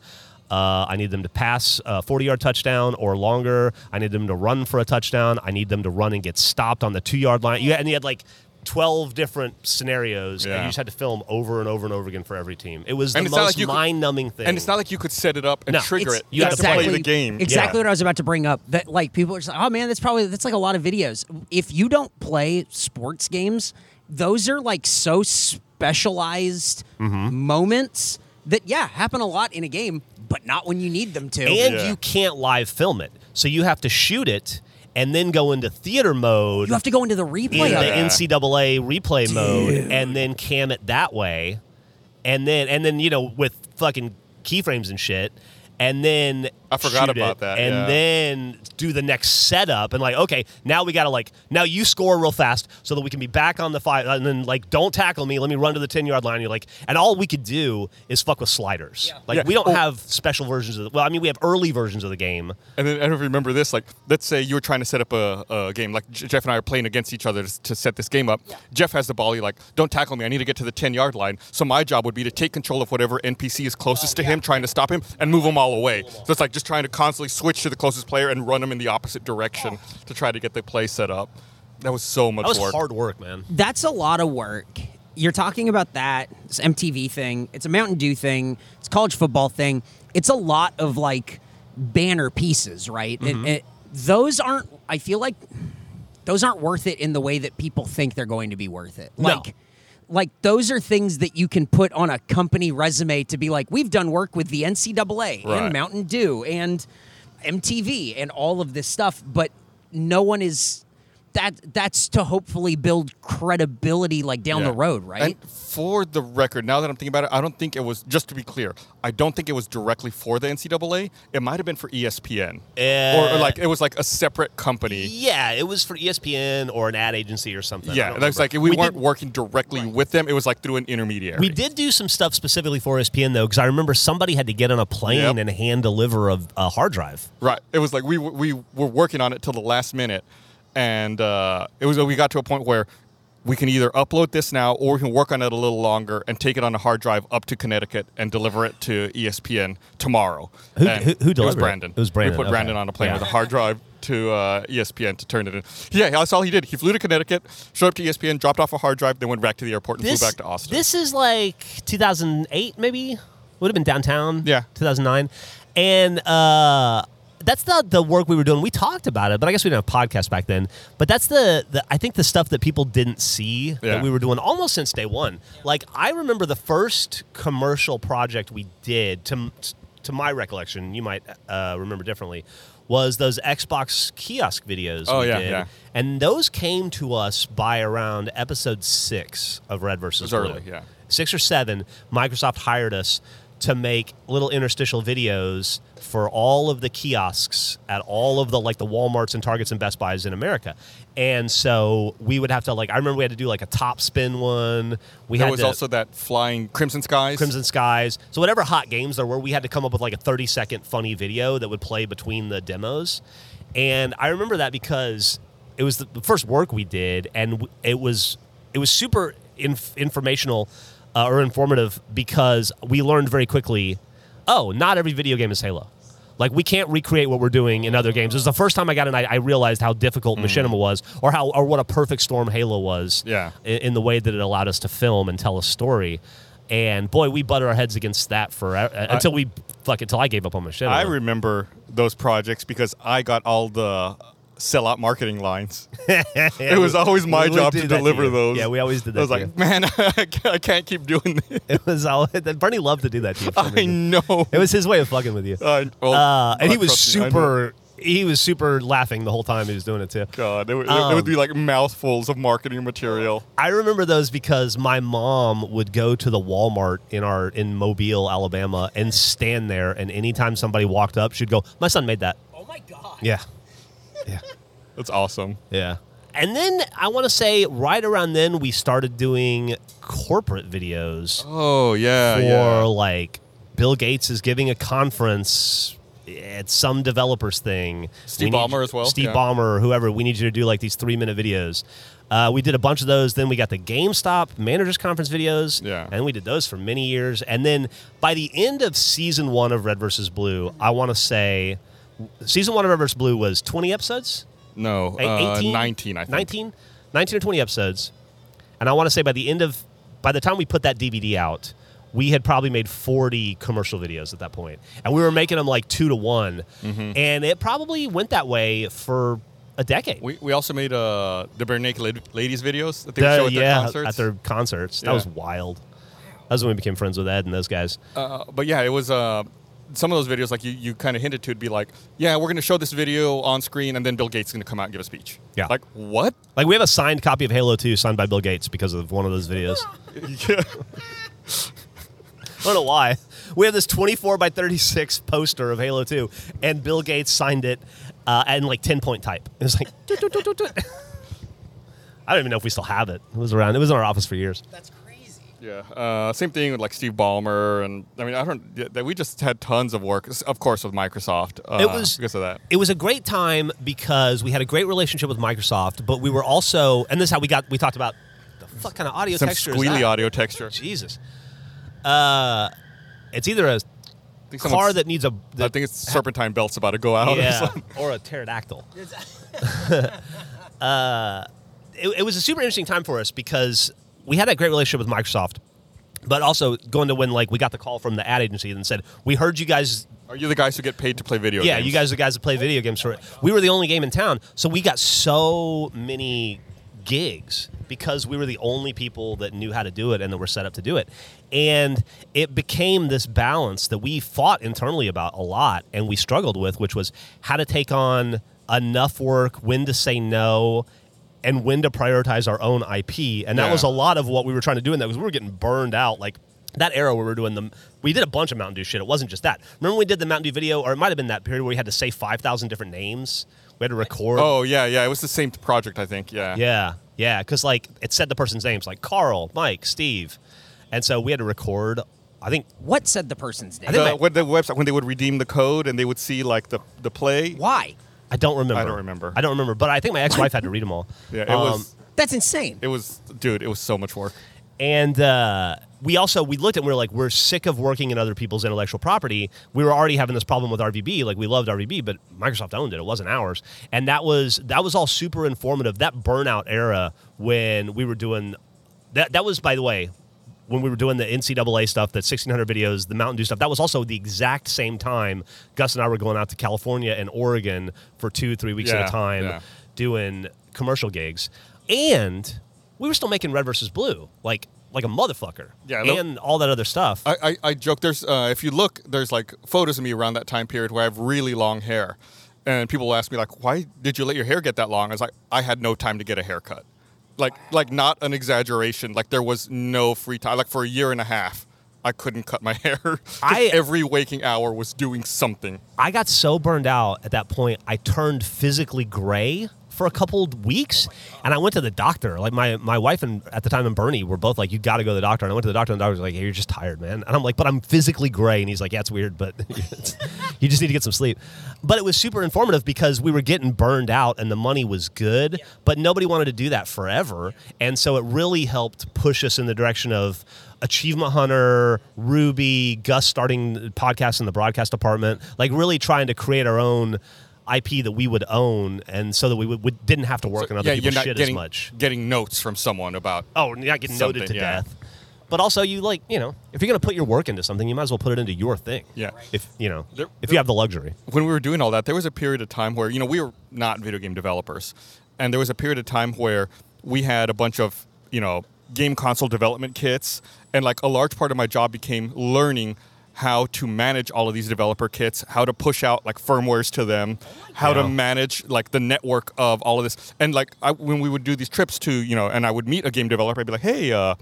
Uh, I need them to pass a 40 yard touchdown or longer. I need them to run for a touchdown. I need them to run and get stopped on the two yard line. You, and you had like 12 different scenarios, and
Yeah.
you just had to film over and over and over again for every team. It was
And
the
it's not
most
like you could-
mind-numbing thing.
And it's not like you could set it up and
No.
trigger
It's
it. You had
exactly-
to play the game.
Exactly
Yeah.
what I was about to bring up. That like people are just like, oh man, that's probably that's like a lot of videos. If you don't play sports
Mm-hmm.
games, those are like so specialized moments that yeah happen a lot in a game, but not when you need them to.
and
Yeah.
you can't live film it, so you have to shoot it and then go into theater mode
you have to go into the replay.
in
of
the
it.
Yeah.
NCAA replay mode and then cam it that way, and then and then you know with fucking keyframes and shit, and then
I forgot
shoot
about
it,
that,
and
yeah.
then do the next setup and like okay now we gotta like now you score real fast so that we can be back on the five and then like don't tackle me let me run to the ten yard line you're like and all we could do is fuck with sliders like
Yeah.
we don't
Well-
have special versions of the, well I mean we have early versions of the game
And then I don't know if you remember this. Like, let's say you were trying to set up a, a game. Like J- Jeff and I are playing against each other to, to set this game up. Jeff has the ball. He like, don't tackle me. I need to get to the ten yard line. So my job would be to take control of whatever NPC is closest to him, trying to stop him, and move them all away. So it's like just trying to constantly switch to the closest player and run them in the opposite direction to try to get the play set up. That was so much
that was
work.
hard work man
that's a lot of work. You're talking about that this MTV thing. It's a Mountain Dew thing. It's a college football thing. It's a lot of like banner pieces, right? It- it- those aren't. I feel like those aren't worth it in the way that people think they're going to be worth it.
No.
Like, like those are things that you can put on a company resume to be like, we've done work with the
Right.
NCAA and Mountain Dew and MTV and all of this stuff, but no one is that that's to hopefully build credibility like down the
Yeah.
road, right?
And for the record, now that I'm thinking about it, I don't think it was. Just to be clear, I don't think it was directly for the NCAA. It might have been for E ESPN, or, or
Uh,
like it was like a separate company.
Yeah, it was for E ESPN or an ad agency or something. I
Yeah,
don't
it was like
remember.
we, weren't
Did,
working directly with them. It was like through an intermediary.
we did do some stuff specifically for E ESPN though, because I remember somebody had to get on a
Yep.
plane and hand deliver a, a hard drive.
right. It was like we we were working on it till the last minute, and uh, it was we got to a point where we can either upload this now or we can work on it a little longer and take it on a hard drive up to Connecticut and deliver it to E ESPN tomorrow.
Who-
And
who- who
It was
delivered it?
Brandon.
It was Brandon,
We put
okay.
Brandon on a plane
Yeah.
with a hard drive. To uh, ESPN to turn it in. Yeah, that's all he did. He flew to Connecticut, showed up to E ESPN, dropped off a hard drive, then went back to the airport and flew back to Austin.
This is like 2008, maybe would have been downtown.
Yeah.
2009, and uh, that's not the work we were doing. We talked about it, but I guess we didn't have podcasts back then. But that's the, the I think the stuff that people didn't see
Yeah.
that we were doing almost since day one. Like I remember the first commercial project we did to to my recollection, you might uh, remember differently. Was those Xbox kiosk videos?
Oh,
we
yeah,
did.
yeah.
And those came to us by around episode six of Red versus
It was
Blue.
early, yeah.
Six or seven, Microsoft hired us to make little interstitial videos for all of the kiosks at all of the like the Walmarts and Targets and Best Buys in America. And so we would have to like I remember we had to do like a top spin one. We
there
had
was
to,
also that flying Crimson Skies.
Crimson Skies. So whatever hot games there were, we had to come up with like a 30 second funny video that would play between the demos. And I remember that because it was the the first work we did, and w- it was it was super inf- informational uh, or informative because we learned very quickly. Oh, not every video game is Halo. Like we can't recreate what we're doing in other games. It was the first time I got an I, I realized how
Hmm.
difficult Machinima was, or how or what a perfect storm Halo was
Yeah.
i- in the way that it allowed us to film and tell a story. And boy, we butted our heads against that for uh, until we fuck until I gave up on my shit.
I remember those projects because I got all the sellout marketing lines. it was always my
we
job
did
to
that to
deliver
you.
those.
Yeah, we always did that
I was
to
like,
you.
man, I can't- I can't keep doing this.
It was all Bernie loved to do that to you. For some
I
reason.
know.
It was his way of fucking with you.
I- well,
uh, and he
uh,
was
trust me, I know.
super. He was super laughing the whole time he was doing it too.
God, it would, it
um,
would be like mouthfuls of marketing material.
I remember those because my mom would go to the Walmart in our in Mobile, Alabama, and stand there. And anytime somebody walked up, she'd go, "My son made that."
oh my god.
Yeah, yeah.
That's awesome.
Yeah. And then I want to say right around then we started doing corporate videos
Oh yeah,
for
yeah.
like Bill Gates is giving a conference at some developers thing.
Steve
We need-
Ballmer as well,
Steve
yeah.
Ballmer or whoever. We need you to do like these three minute videos. Uh, we did a bunch of those. Then we got the GameStop managers conference videos.
Yeah.
And we did those for many years. And then by the end of season one of Red versus Blue, I want to say season one of Red versus Blue was 20 episodes.
No,
Eight-
uh,
18?
nineteen. I think.
19, 19 or 20 episodes. And I want to say by the end of, by the time we put that DVD out, we had probably made 40 commercial videos at that point. And we were making them like two to one.
Mm-hmm.
And it probably went that way for a decade.
We, we also made uh, the bare naked ladies videos that they
The-
would show at their
yeah,
concerts.
at their concerts. That
Yeah.
was wild. That was when we became friends with Ed and those guys.
Uh, but yeah, it was uh, some of those videos like you, you kind of hinted to it'd be like, yeah, we're gonna show this video on screen, and then Bill Gates is gonna come out and give a speech.
Yeah.
like what?
Like we have a signed copy of Halo 2 signed by Bill Gates because of one of those videos.
Yeah.
I don't know why. We have this 24 by 36 poster of Halo 2, and Bill Gates signed it uh, in like 10 point type. It was like, "Tut, tut, tut, tut, tut." I don't even know if we still have it. It was around. It was in our office for years.
That's crazy.
Yeah. Uh, same thing with like Steve Ballmer, and I mean, I don't. yeah, That we just had tons of work, s- of course, with Microsoft. Uh,
It was
because of that.
It was a great time because we had a great relationship with Microsoft, but we were also, and this is how we got. We talked about the fuck kind of audio
Some
texture. is
squealy
that?
audio texture.
Jesus. Uh, it's either a
I think
car
someone's-
that needs a.
I think it's serpentine belt's about to go out. or
yeah,
something.
or a pterodactyl. uh, it, it was a super interesting time for us because we had that great relationship with Microsoft, but also going to when like we got the call from the ad agency and said we heard you guys.
Are you the guys who get paid to play video
Yeah,
games?
you guys are the guys that play video games for it. We were the only game in town, so we got so many gigs because we were the only people that knew how to do it and that were set up to do it. And it became this balance that we fought internally about a lot and we struggled with, which was how to take on enough work, when to say no, and when to prioritize our own IP. And that
Yeah.
was a lot of what we were trying to do in that because we were getting burned out. Like that era where we were doing the, we did a bunch of Mountain Dew shit. It wasn't just that. Remember when we did the Mountain Dew video, or it might have been that period where we had to say 5,000 different names? We had to record.
Oh yeah, yeah. It was the same project, I think. Yeah.
Yeah, yeah, because like it said the person's names, like Carl, Mike, Steve, and so we had to record. I think
What said the person's name?
think
The,
my-
when the website when they would redeem the code and they would see like the the play.
Why?
I don't remember.
I don't remember.
I don't remember, but I think my ex-wife had to read them all.
Yeah, it
Um,
was
That's insane.
it was dude, it was so much work.
and uh, we also we looked at and we were like we're sick of working in other people's intellectual property we were already having this problem with rvb like we loved rvb but microsoft owned it it wasn't ours and that was that was all super informative that burnout era when we were doing that that was by the way when we were doing the NCAA stuff, that 1600 videos, the Mountain Dew stuff, that was also the exact same time Gus and I were going out to California and Oregon for two, three weeks at
Yeah,
a time
yeah.
doing commercial gigs, and we were still making Red versus Blue, like like a motherfucker,
Yeah, no-
and all that other stuff.
I, I, I joke. There's uh, if you look, there's like photos of me around that time period where I have really long hair, and people will ask me like, "Why did you let your hair get that long?" I was like, "I had no time to get a haircut." Like like not an exaggeration. Like there was no free time. Like for a year and a half, I couldn't cut my hair. 'Cause
I-
every waking hour was doing something.
I got so burned out at that point, I turned physically gray for a couple of weeks, and I went to the doctor. Like my my wife and at the time and Bernie were both like, "You got to go to the doctor." And I went to the doctor, and the doctor was like, "Hey, you're just tired, man." And I'm like, "But I'm physically gray," and he's like, "Yeah, it's weird, but it's- you just need to get some sleep." But it was super informative because we were getting burned out, and the money was good, but nobody wanted to do that forever, and so it really helped push us in the direction of Achievement Hunter, Ruby, Gus starting podcasts in the broadcast department, like really trying to create our own IP that we would own, and so that we would, would- didn't have to work on other
yeah, you're
people's
not
shit
getting
as much.
getting notes from someone about.
Oh, you're not getting noted to
Something, yeah.
death. But also, you like you know, if you're gonna put your work into something, you might as well put it into your thing.
Yeah.
If you know,
There-
if
there-
you have the luxury.
when we were doing all that, there was a period of time where you know we were not video game developers, and there was a period of time where we had a bunch of you know game console development kits, and like a large part of my job became learning how to manage all of these developer kits, how to push out like firmwares to them, how to manage like the network of all of this, and like I, when we would do these trips to you know, and I would meet a game developer, I'd be like, hey. uh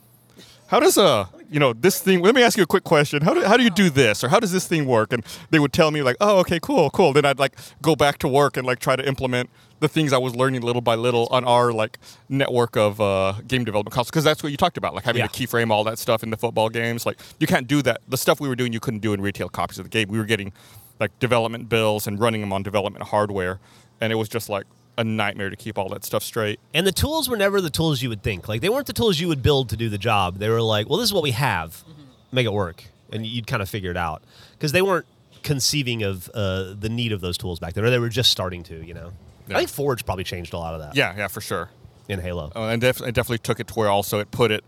how does uh you know this thing let me ask you a quick question how do, how do you do this or how does this thing work and they would tell me like oh okay cool cool then i'd like go back to work and like try to implement the things i was learning little by little on our like network of uh, game development consoles because that's what you talked about like having
Yeah.
to keyframe all that stuff in the football games like you can't do that the stuff we were doing you couldn't do in retail copies of the game we were getting like development bills and running them on development hardware and it was just like a nightmare to keep all that stuff straight
And the tools were never the tools you would think. Like they weren't the tools you would build to do the job. They were like, well, this is what we have,
Mm-hmm.
make it work, and you'd kind of figure it out because they weren't conceiving of uh, the need of those tools back then, or they were just starting to. You know,
Yeah.
I think Forge probably changed a lot of that.
yeah yeah for sure
in Halo.
Uh, and def- it definitely took it to where also it put it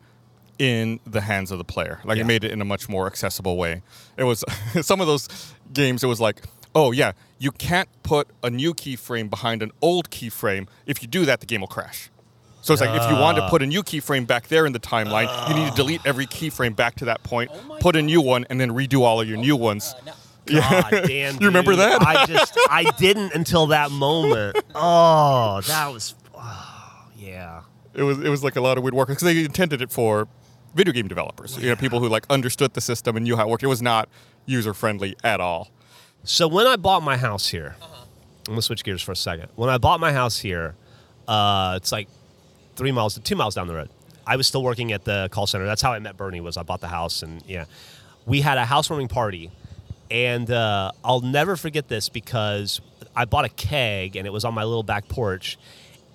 in the hands of the player. Like
Yeah.
it made it in a much more accessible way. It was some of those games. It was like, oh yeah, you can't put a new keyframe behind an old keyframe. If you do that, the game will crash. So it's like if you want to put a new keyframe back there in the timeline, you need to delete every keyframe back to that point, put a new one, and then redo all of your new ones.
God damn.
You remember
dude.
that?
I just I didn't until that moment. Oh, that was oh, yeah.
It was it was like a lot of weird work because they intended it for video game developers, you know, people who like understood the system and knew how it worked. It was not user friendly at all.
So when I bought my house here,
Uh-huh.
I'm gonna switch gears for a second. When I bought my house here, uh, it's like three miles to two miles down the road. I was still working at the call center. That's how I met Bernie. Was I bought the house and yeah, we had a housewarming party, and uh, I'll never forget this because I bought a keg and it was on my little back porch.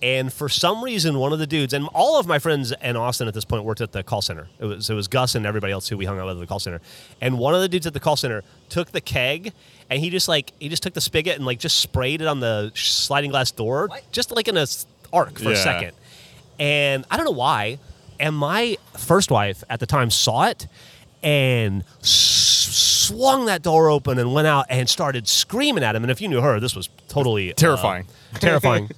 And for some reason, one of the dudes and all of my friends in Austin at this point worked at the call center. It was it was Gus and everybody else who we hung out with at the call center. And one of the dudes at the call center took the keg and he just like he just took the spigot and like just sprayed it on the sh- sliding glass door, just like in a s- arc for a
Yeah.
second. And I don't know why. And my first wife at the time saw it and s- swung that door open and went out and started screaming at him. And if you knew her, this was totally uh,
Terrifying.
terrifying.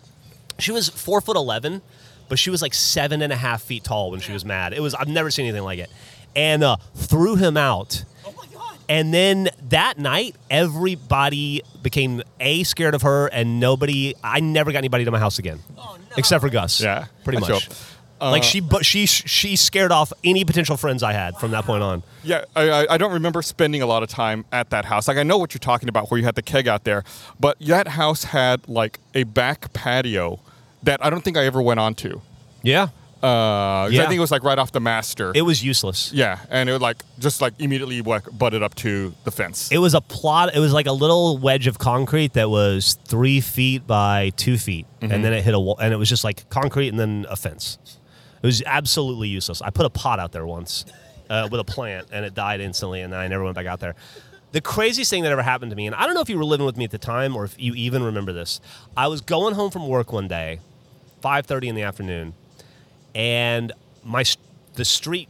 she was four foot eleven, but she was like seven and a half feet tall when she was mad. It was I've never seen anything like it. And uh, threw him out.
Oh my god.
And then that night, everybody became a scared of her, and nobody. I never got anybody to my house again,
Oh, no.
except for Gus.
Yeah,
pretty
I
much.
joke.
like she, but she, she scared off any potential friends I had from that point on.
Yeah, I, I- I don't remember spending a lot of time at that house. Like I know what you're talking about, where you had the keg out there, but that house had like a back patio that I don't think I ever went onto.
Yeah,
Uh, 'cause
Yeah.
I think it was like right off the master.
it was useless.
yeah, and it would like just like immediately like, butted up to the fence.
It was a plot. It was like a little wedge of concrete that was three feet by two feet, and then it hit a wall, and it was just like concrete and then a fence. It was absolutely useless. I put a pot out there once uh, with a plant, and it died instantly, and I never went back out there. The craziest thing that ever happened to me, and I don't know if you were living with me at the time or if you even remember this. I was going home from work one day, five thirty in the afternoon, and my s- the street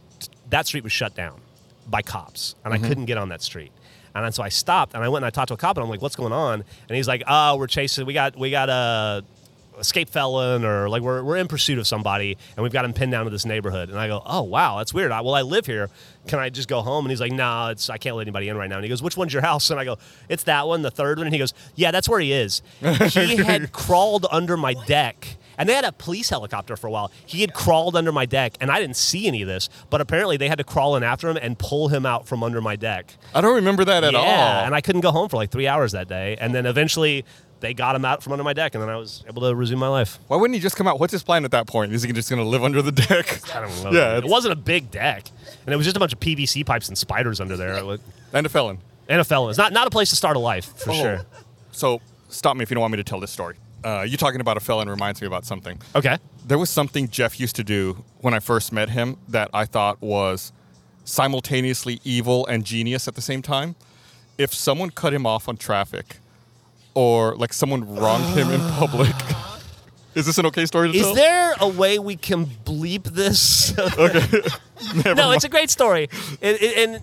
that street was shut down by cops, and I couldn't get on that street. And then- so I stopped and I went and I talked to a cop and I'm like, "What's going on?" And he's like, "Oh, we're chasing. We got we got a escape felon or like we're we're in pursuit of somebody and we've got him pinned down to this neighborhood." And I go, "Oh wow, that's weird. I, well, I live here. Can I just go home?" And he's like, "No, it's I can't let anybody in right now." And he goes, "Which one's your house?" And I go, "It's that one, the third one." And he goes, "Yeah, that's where he is." He had crawled under my deck. And they had a police helicopter for a while. He had crawled under my deck, and I didn't see any of this. But apparently, they had to crawl in after him and pull him out from under my deck.
I don't remember that at
yeah,
all.
and I couldn't go home for like three hours that day. And then eventually, they got him out from under my deck, and then I was able to resume my life.
Why wouldn't he just come out? What's his plan at that point? Is he just going to live under the deck?
I don't know.
Yeah,
it
it's-
wasn't a big deck, and it was just a bunch of PVC pipes and spiders under there. It was-
and a felon.
And a felon. It's not not a place to start a life
Oh.
for sure.
So stop me if you don't want me to tell this story. Uh, you talking about a felon reminds me about something.
Okay.
There was something Jeff used to do when I first met him that I thought was simultaneously evil and genius at the same time. If someone cut him off on traffic or like someone wronged him in public. Is this an okay story to
Is
tell?
there a way we can bleep this? no, it's a great story. And, and, and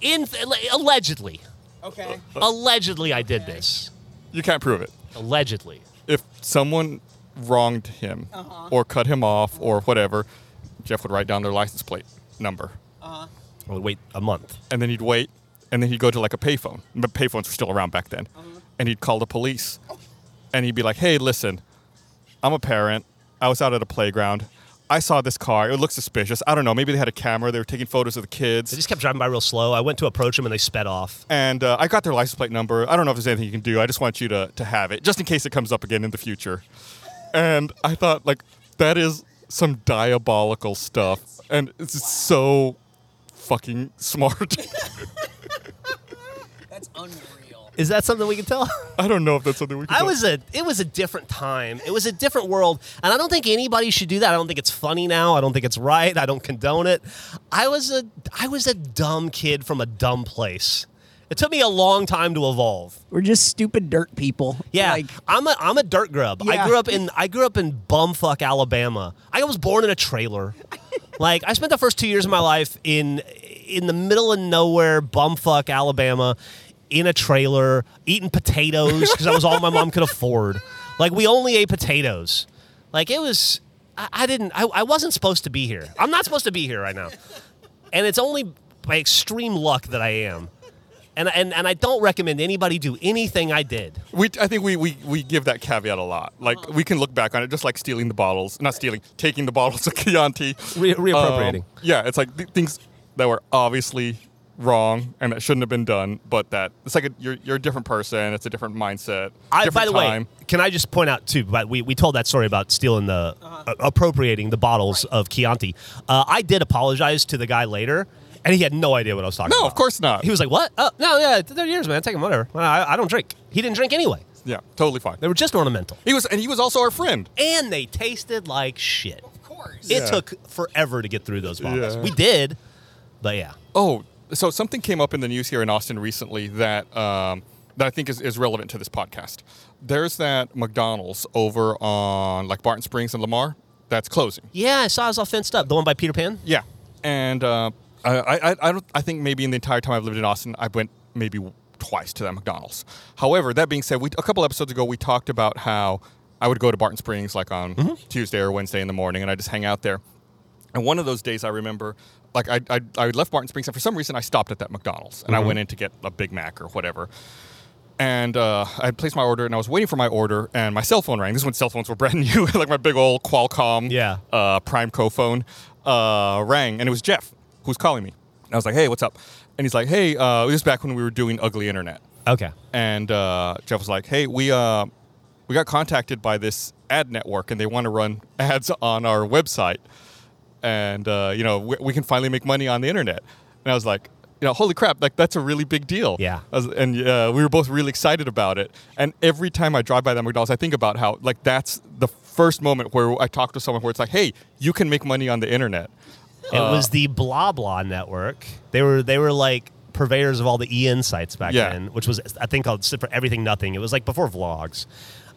in, allegedly,
Okay.
Uh, allegedly, I did this.
you can't prove it.
Allegedly.
If someone wronged him or cut him off or whatever, Jeff would write down their license plate number.
I would wait a month.
and then he'd wait, and then he'd go to like a payphone. But payphones were still around back then, and he'd call the police, and he'd be like, "Hey, listen, I'm a parent. I was out at a playground. I saw this car. It looked suspicious. I don't know. Maybe they had a camera. They were taking photos of the
They
kids."
just kept driving by real slow. I went to approach them and they sped off.
And uh, I got their license plate number. I don't know if there's anything you can do. I just want you to, to have it, just in case it comes up again in the future. And I thought, like, that is some diabolical stuff. And it's just so fucking smart.
That's unreal.
Is that something we can tell?
I don't know if that's something we can
I
tell-
was a. It was a different time. It was a different world, and I don't think anybody should do that. I don't think it's funny now. I don't think it's right. I don't condone it. I was a. I was a dumb kid from a dumb place. It took me a long time to evolve.
We're just stupid dirt people.
Yeah,
Like,
I'm a I'm a dirt grub. I
Yeah.
grew up in I grew up in bumfuck Alabama. I was born in a trailer. like I spent the first two years of my life in in the middle of nowhere, bumfuck Alabama, in a trailer eating potatoes because that was all my mom could afford. Like we only ate potatoes. Like it was. I, I didn't. I, I wasn't supposed to be here. I'm not supposed to be here right now, and it's only by extreme luck that I am. And, and, and I don't recommend anybody do anything I did.
We, I think we, we, we give that caveat a lot. Like we can look back on it, just like stealing the bottles, not stealing, taking the bottles of Chianti,
Re- reappropriating.
Um, yeah, it's like th- things that were obviously wrong and that shouldn't have been done, but that it's like a, you're you're a different person. It's a different mindset.
I,
different
by the
time.
way, can I just point out too? But we, we told that story about stealing the
Uh-huh.
uh, appropriating the bottles of Chianti. Uh, I did apologize to the guy later, and he had no idea what I was talking
No,
about.
of course not.
He was like, "What? Oh, no, yeah, they're yours, man. Take them, whatever. Well, I, I don't drink. He didn't drink anyway.
yeah, totally fine.
They were just ornamental,
He was, and he was also our friend.
and they tasted like shit.
Of course.
It took forever to get through those bottles.
Yeah.
We did, but yeah,
Oh, so something came up in the news here in Austin recently that um, that I think is, is relevant to this podcast. There's that McDonald's over on like Barton Springs and Lamar that's closing.
yeah. I saw it was all fenced up. The one by Peter Pan.
Yeah, and uh, I, I, I- I don't. I think maybe in the entire time I've lived in Austin, I went maybe twice to that McDonald's. However, that being said, we a couple episodes ago we talked about how I would go to Barton Springs like on Tuesday or Wednesday in the morning, and I just hang out there. And one of those days, I remember, like I, I, I left Barton Springs, and for some reason, I stopped at that McDonald's, and I went in to get a Big Mac or whatever. And uh, I had placed my order, and I was waiting for my order, and my cell phone rang. This is when cell phones were brand new, like my big old Qualcomm
Yeah.
uh, Prime Co phone uh, rang, and it was Jeff who was calling me. And I was like, "Hey, what's up?" And he's like, "Hey, uh, this is back when we were doing ugly internet."
Okay.
and uh, Jeff was like, "Hey, we uh, we got contacted by this ad network, and they want to run ads on our website, and uh, you know we, we can finally make money on the internet." And I was like, "You know, holy crap! Like that's a really big deal."
Yeah.
I was- and uh, we were both really excited about it. And every time I drive by that McDonald's, I think about how like that's the first moment where I talk to someone where it's like, "Hey, you can make money on the internet."
It was
Uh,
the Blah Blah Network. They were they were like purveyors of all the EN sites back
Yeah.
then, which was I think called stood for Everything Nothing. It was like before vlogs,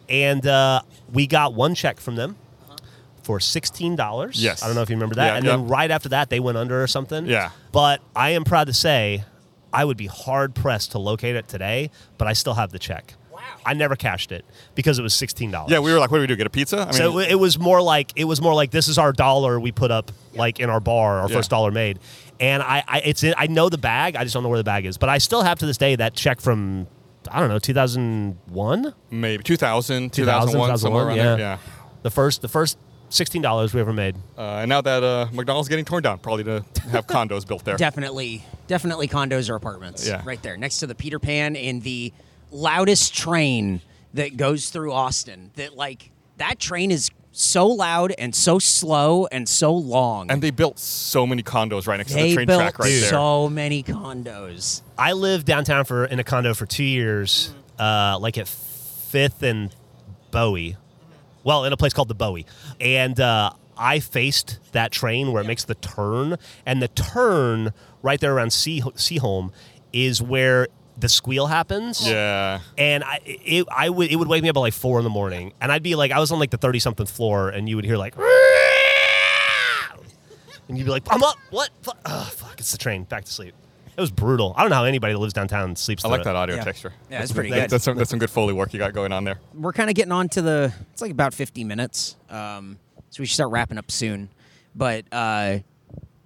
and uh, we got one check from them for sixteen dollars.
Yes.
I don't know if you remember that.
Yeah,
and
yeah.
then right after that, they went under or something.
Yeah.
But I am proud to say, I would be hard pressed to locate it today. But I still have the check.
Wow.
I never cashed it because it was sixteen dollars.
Yeah, we were like, "What do we do? Get a pizza?" I mean,
So it, it was more like it was more like this is our dollar we put up like in our bar, our
Yeah.
first dollar made, and I, I it's in, I know the bag, I just don't know where the bag is, but I still have to this day that check from I don't know 2001,
maybe 2000, 2001, somewhere around there. Yeah.
the first the first sixteen dollars we ever made.
Uh, and now that uh, McDonald's getting torn down, probably to have condos built there.
Definitely, definitely condos or apartments.
Yeah.
Right there, next to the Peter Pan and the loudest train that goes through Austin. That like that train is so loud and so slow and so long.
And they built so many condos right next to the
they
train
built
track right there.
so many condos.
I lived downtown for in a condo for two years, uh, like at Fifth and Bowie. Well, in a place called the Bowie, and uh, I faced that train where it makes the turn, and the turn right there around Sea Seaholm is where the squeal happens.
yeah.
And I it I would it would wake me up at like four in the morning, and I'd be like I was on like the thirty something floor, and you would hear like, and you'd be like I'm up, what? Fuck, oh, fuck, it's the train, back to sleep. It was brutal. I don't know how anybody that lives downtown sleeps.
I
through
like
it.
that audio
Yeah.
texture.
Yeah, it's pretty
that-
good.
That's some, that's some good Foley work you got going on there.
we're kind of getting on to the it's like about 50 minutes um, so we should start wrapping up soon but uh,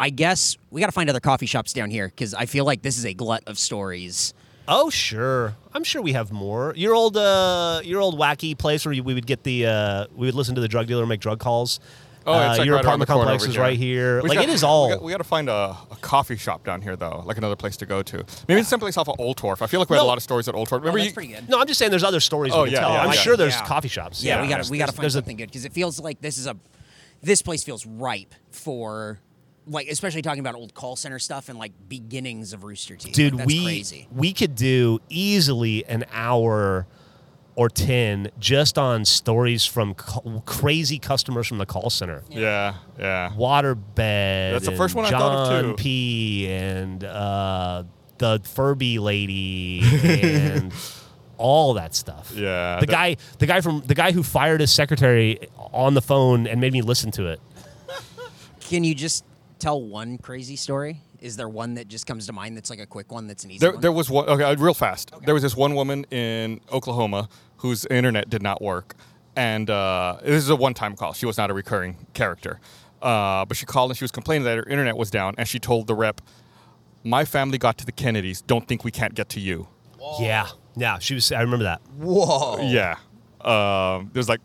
i guess we gotta find other coffee shops down here because i feel like this is a glut of stories
Oh sure, I'm sure we have more. Your old uh your old wacky place where you, we would get the uh we would listen to the drug dealer make drug calls.
Oh,
uh,
it's like
your
right around the
apartment
corner
complex
over
is
here.
right here.
We
like
got-
it is all.
We got, we got to find a, a coffee shop down here, though, like another place to go to. Maybe it's someplace off of Old Torf. I feel like we had
No.
a lot of stories at Old Torf. Remember
Oh, that's
you-
pretty good
no, I'm just saying there's other stories
Oh,
we can
yeah,
tell.
yeah,
I'm
yeah.
sure there's
Yeah.
coffee shops.
yeah, we gotta we gotta
There's-
find
there's a-
something good because it feels like this is a this place feels ripe for like especially talking about old call center stuff and like beginnings of rooster teeth
dude
Like, that's
we
crazy
we could do easily an hour or 10 just on stories from cu- crazy customers from the call center
Yeah, yeah.
waterbed
That's the
and
first one I
John
thought of, too.
p and uh, the furby lady and all that stuff
Yeah,
the
that-
guy the guy from the guy who fired his secretary on the phone and made me listen to it
can you just tell one crazy story is there one that just comes to mind that's like a quick one that's an easy
There,
one
there was uh, one. Okay, real fast. There was this one woman in Oklahoma whose internet did not work, and uh, this is a one-time call. She was not a recurring character, uh, but she called and she was complaining that her internet was down, and she told the rep, "My family got to the Kennedys. Don't think we can't get to you."
Yeah. Yeah. She was. I remember that.
Whoa.
Yeah, um, there's like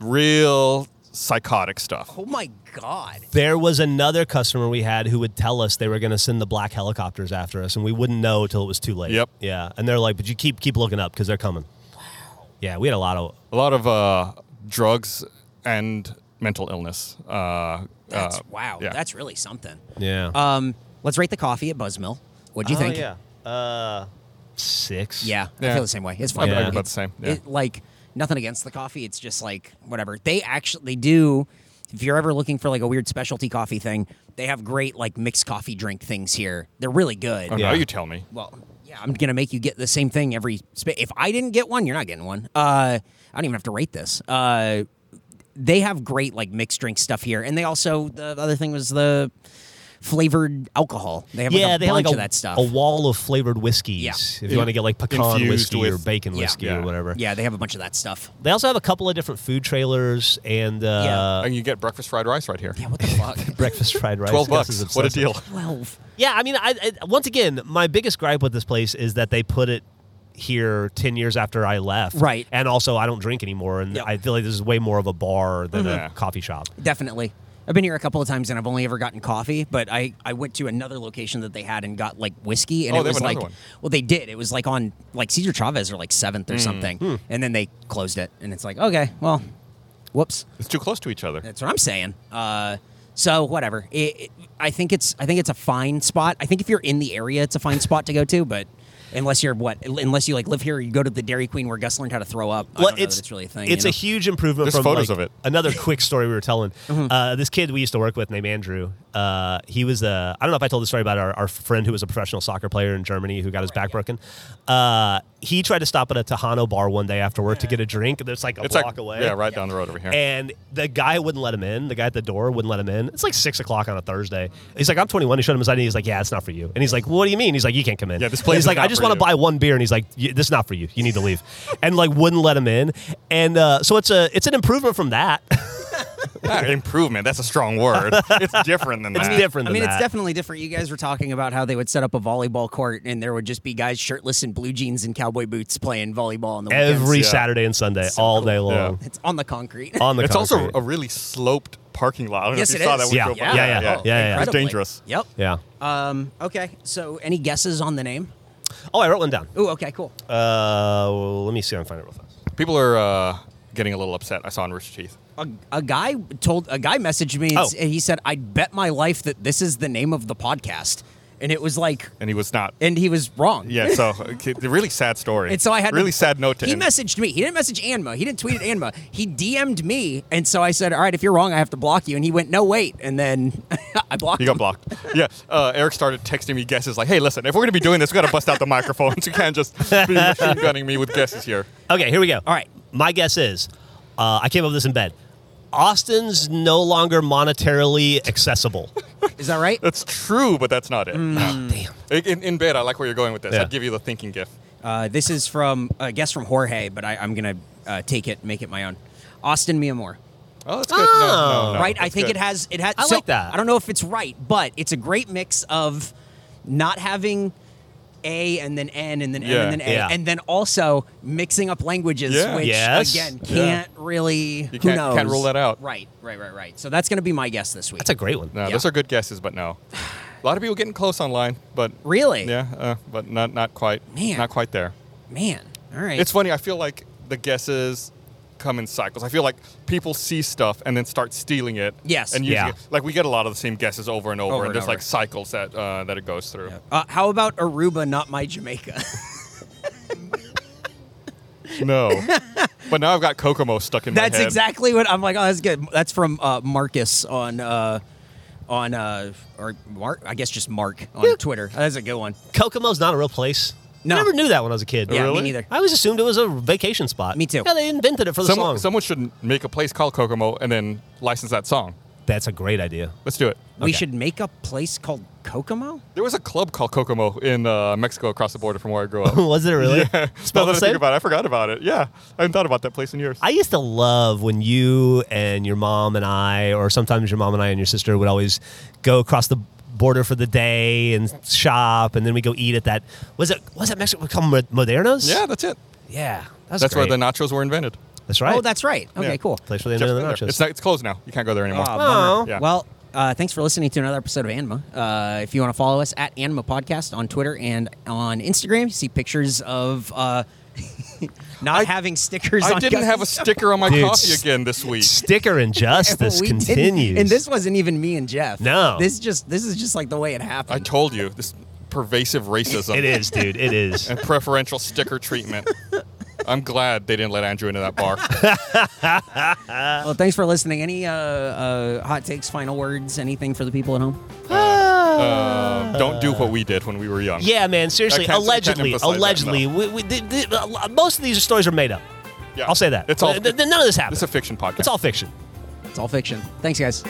real psychotic stuff.
Oh my god.
There was another customer we had who would tell us they were going to send the black helicopters after us, and we wouldn't know till it was too late.
Yep.
Yeah, and they're like, "But you keep keep looking up because they're coming." Yeah, we had a lot of
A lot of uh, drugs and mental illness. Uh,
That's
uh,
wow.
yeah.
That's really something.
yeah.
Um, let's rate the coffee at Buzzmill. What do you think?
Oh, Yeah. Uh, six.
Yeah, I
Yeah.
feel the same way. It's fine.
Yeah.
It's-
About the same, yeah.
it- like nothing against the coffee. It's just like whatever. They actually they do. If you're ever looking for like a weird specialty coffee thing, they have great like mixed coffee drink things here. They're really good.
Oh,
Yeah.
Now you tell me.
Well, yeah, I'm gonna make you get the same thing every. Sp- if I didn't get one, you're not getting one. Uh, I don't even have to rate this. Uh, they have great like mixed drink stuff here, and they also the other thing was the flavored alcohol. They have
Yeah,
like a
they had
bunch
like a,
of that stuff.
a wall of flavored whiskeys.
Yeah.
If you want to get like pecan
Infused
whiskey or
with-
bacon
Yeah.
whiskey
Yeah.
or whatever.
yeah, they have a bunch of that stuff.
They also have a couple of different food trailers and uh,
and you get breakfast fried rice right here.
Yeah, what the fuck?
breakfast fried rice.
Twelve
Gus
bucks.
is
What a deal.
obsessive.
Twelve.
Yeah, I mean, I, I once again, my biggest gripe with this place is that they put it here 10 years after I left.
Right.
And also, I don't drink anymore. And
Yep.
I feel like this is way more of a bar than
Yeah.
a coffee shop.
Definitely. I've been here a couple of times and I've only ever gotten coffee, but I, I went to another location that they had and got like whiskey and
Oh,
it
they have
was
another
like
one.
well they did. It was like on like Cesar Chavez or like seventh
Mm.
or something.
Hmm.
And then they closed it and it's like, okay, well, whoops.
It's too close to each other.
That's what I'm saying. Uh so whatever. It, it, I think it's I think it's a fine spot. I think if you're in the area it's a fine spot to go to, but unless you're what unless you like live here or you go to the Dairy Queen where Gus learned how to throw up. I don't know that it's really a thing.
It's
you
a
know?
huge improvement.
There's
from
photos
like,
of it.
Another quick story we were telling.
Mm-hmm.
Uh, this kid we used to work with named Andrew. Uh, he was a. I don't know if I told the story about our, our friend who was a professional soccer player in Germany who got his back broken. Uh, he tried to stop at a Tejano bar one day after work to get a drink. and It's like a
It's
block
like
away.
yeah, right down the road over here.
And the guy wouldn't let him in. The guy at the door wouldn't let him in. It's like six o'clock on a Thursday. He's like, I'm 21. He showed him his ID. He's like, Yeah, it's not for you. And he's like, What do you mean? He's like, You can't come in.
Yeah, this place
And He's
is
like,
not
I just
for
want to
you."
buy one beer. And he's like, "Y- This is not for you. You need to leave. and like, wouldn't let him in. And uh, so it's a it's an improvement from that.
Not Ah, improvement. That's a strong word. it's different than
it's
that.
different.
I
Than
mean,
that.
it's definitely different. You guys were talking about how they would set up a volleyball court, and there would just be guys shirtless in blue jeans and cowboy boots playing volleyball on the
every
Yeah.
Saturday and Sunday, all day long.
weekends. It's on the concrete.
On the
It's also
concrete.
a really sloped parking lot. I don't
yes,
know if
it
you saw that
is. Oh,
when
Yeah.
we drove by.
Yeah, yeah, yeah, yeah, yeah.
It's
incredibly.
dangerous.
Yep.
yeah.
Uh,
Um, okay. So, any guesses on the name?
Oh, I wrote one down.
Ooh, okay, cool.
Uh, well, let me see. if I can find it real fast.
People are uh, getting a little upset. I saw on Rooster Teeth.
A, a guy told a guy messaged me. And
Oh.
s- and he said, "I'd bet my life that this is the name of the podcast," and it was like,
And he was not.
and he was wrong.
yeah, so okay, the really sad story.
And so I had
really sad note to
He
end.
messaged me. He didn't message Anma. He didn't tweet at Anma. He DM'd me, and so I said, "All right, if you're wrong, I have to block you." And he went, "No, wait." And then I blocked.
You
him.
got blocked. Yeah, uh, Eric started texting me guesses like, "Hey, listen, if we're gonna be doing this, we gotta bust out the microphones. You can't just be machine gunning me with guesses here."
Okay, here we go.
All right.
My guess is uh, I came up with this in bed. Austin's no longer monetarily accessible.
Is that right?
That's true, but that's not it.
Mm.
Damn. In, in bed, I like where you're going with this.
Yeah.
I'd give you the thinking gift.
Uh, this is from a guess from Jorge, but I, I'm gonna uh, take it, make it my own. Austin Miamore.
Oh, that's good. No, no, no,
right? I
that's
think
good.
it has it has
I
so,
like that.
I don't know if it's right, but it's a great mix of not having a and then n and then n
Yeah.
and then a
Yeah.
and then also mixing up languages
Yeah.
which
Yes.
again
Yeah.
can't really who
can't-
knows
can't rule that out.
right right right right so that's gonna be my guess this week
That's a great one.
No,
Yeah.
those are good guesses, but no. A lot of people getting close online, but
Really?
yeah, uh, but not not quite,
Man.
not quite there.
man all right
It's funny. I feel like the guesses come in cycles. I feel like people see stuff and then start stealing it.
Yes.
and using
Yeah.
it. like we get a lot of the same guesses over and over,
Over
and,
and
there's
over.
like cycles that uh, that it goes through.
uh, how about Aruba not my Jamaica
No, but now I've got Kokomo stuck in
that's
my head.
exactly what I'm like oh that's good that's from uh, Marcus on uh, on uh, or Mark I guess just Mark on Twitter that's a good one
Kokomo's not a real place.
No.
I never knew that when I was a kid.
yeah
Oh, Really?
me neither
I always assumed it was a vacation spot.
Me too.
Yeah, they invented it for the
Someone,
song.
someone should make a place called Kokomo and then license that song.
That's a great idea.
Let's do it.
We
Okay.
should make a place called Kokomo.
There was a club called Kokomo in uh, Mexico across the border from where I grew up.
Was it really? Yeah.
Now that I think about it, I forgot about it. Yeah, I hadn't thought about that place in years.
I used to love when you and your mom and I, or sometimes your mom and I and your sister, would always go across the border for the day and shop, and then we go eat at that. Was it was it Mexico called Mo- Modernos?
yeah, that's it.
yeah, that's
That's where
great.
the nachos were invented.
that's right.
Oh, that's right. Okay,
Yeah.
cool.
place where they
Jeff's
invented
been there.
the nachos.
It's, not, it's closed now. You can't go there anymore.
Ah, bummer.
Yeah.
Well, uh, thanks for listening to another episode of Anima. Uh, if you want to follow us at Anima Podcast on Twitter and on Instagram, you see pictures of uh, not having stickers.
I
on
didn't have a
Gus's-
sticker on my
Dude,
coffee
s-
again this week.
Sticker injustice
We didn't-
continues.
and this wasn't even me and Jeff.
No.
this just this is just like the way it
I
happened.
told you this pervasive racism.
it is, dude. It is.
and preferential sticker treatment. I'm glad they didn't let Andrew into that bar.
well, thanks for listening. Any uh, uh, hot takes, final words, anything for the people at home?
Uh, don't do what we did when we were young.
Yeah, man. Seriously,
I can't- I can't
allegedly,
emphasize that
allegedly,
enough.
we, we, th- th- uh, most of these stories are made up.
Yeah.
I'll say that.
It's all.
Th- th- none of this happened.
It's a fiction podcast.
It's all fiction.
It's all fiction. Thanks, guys.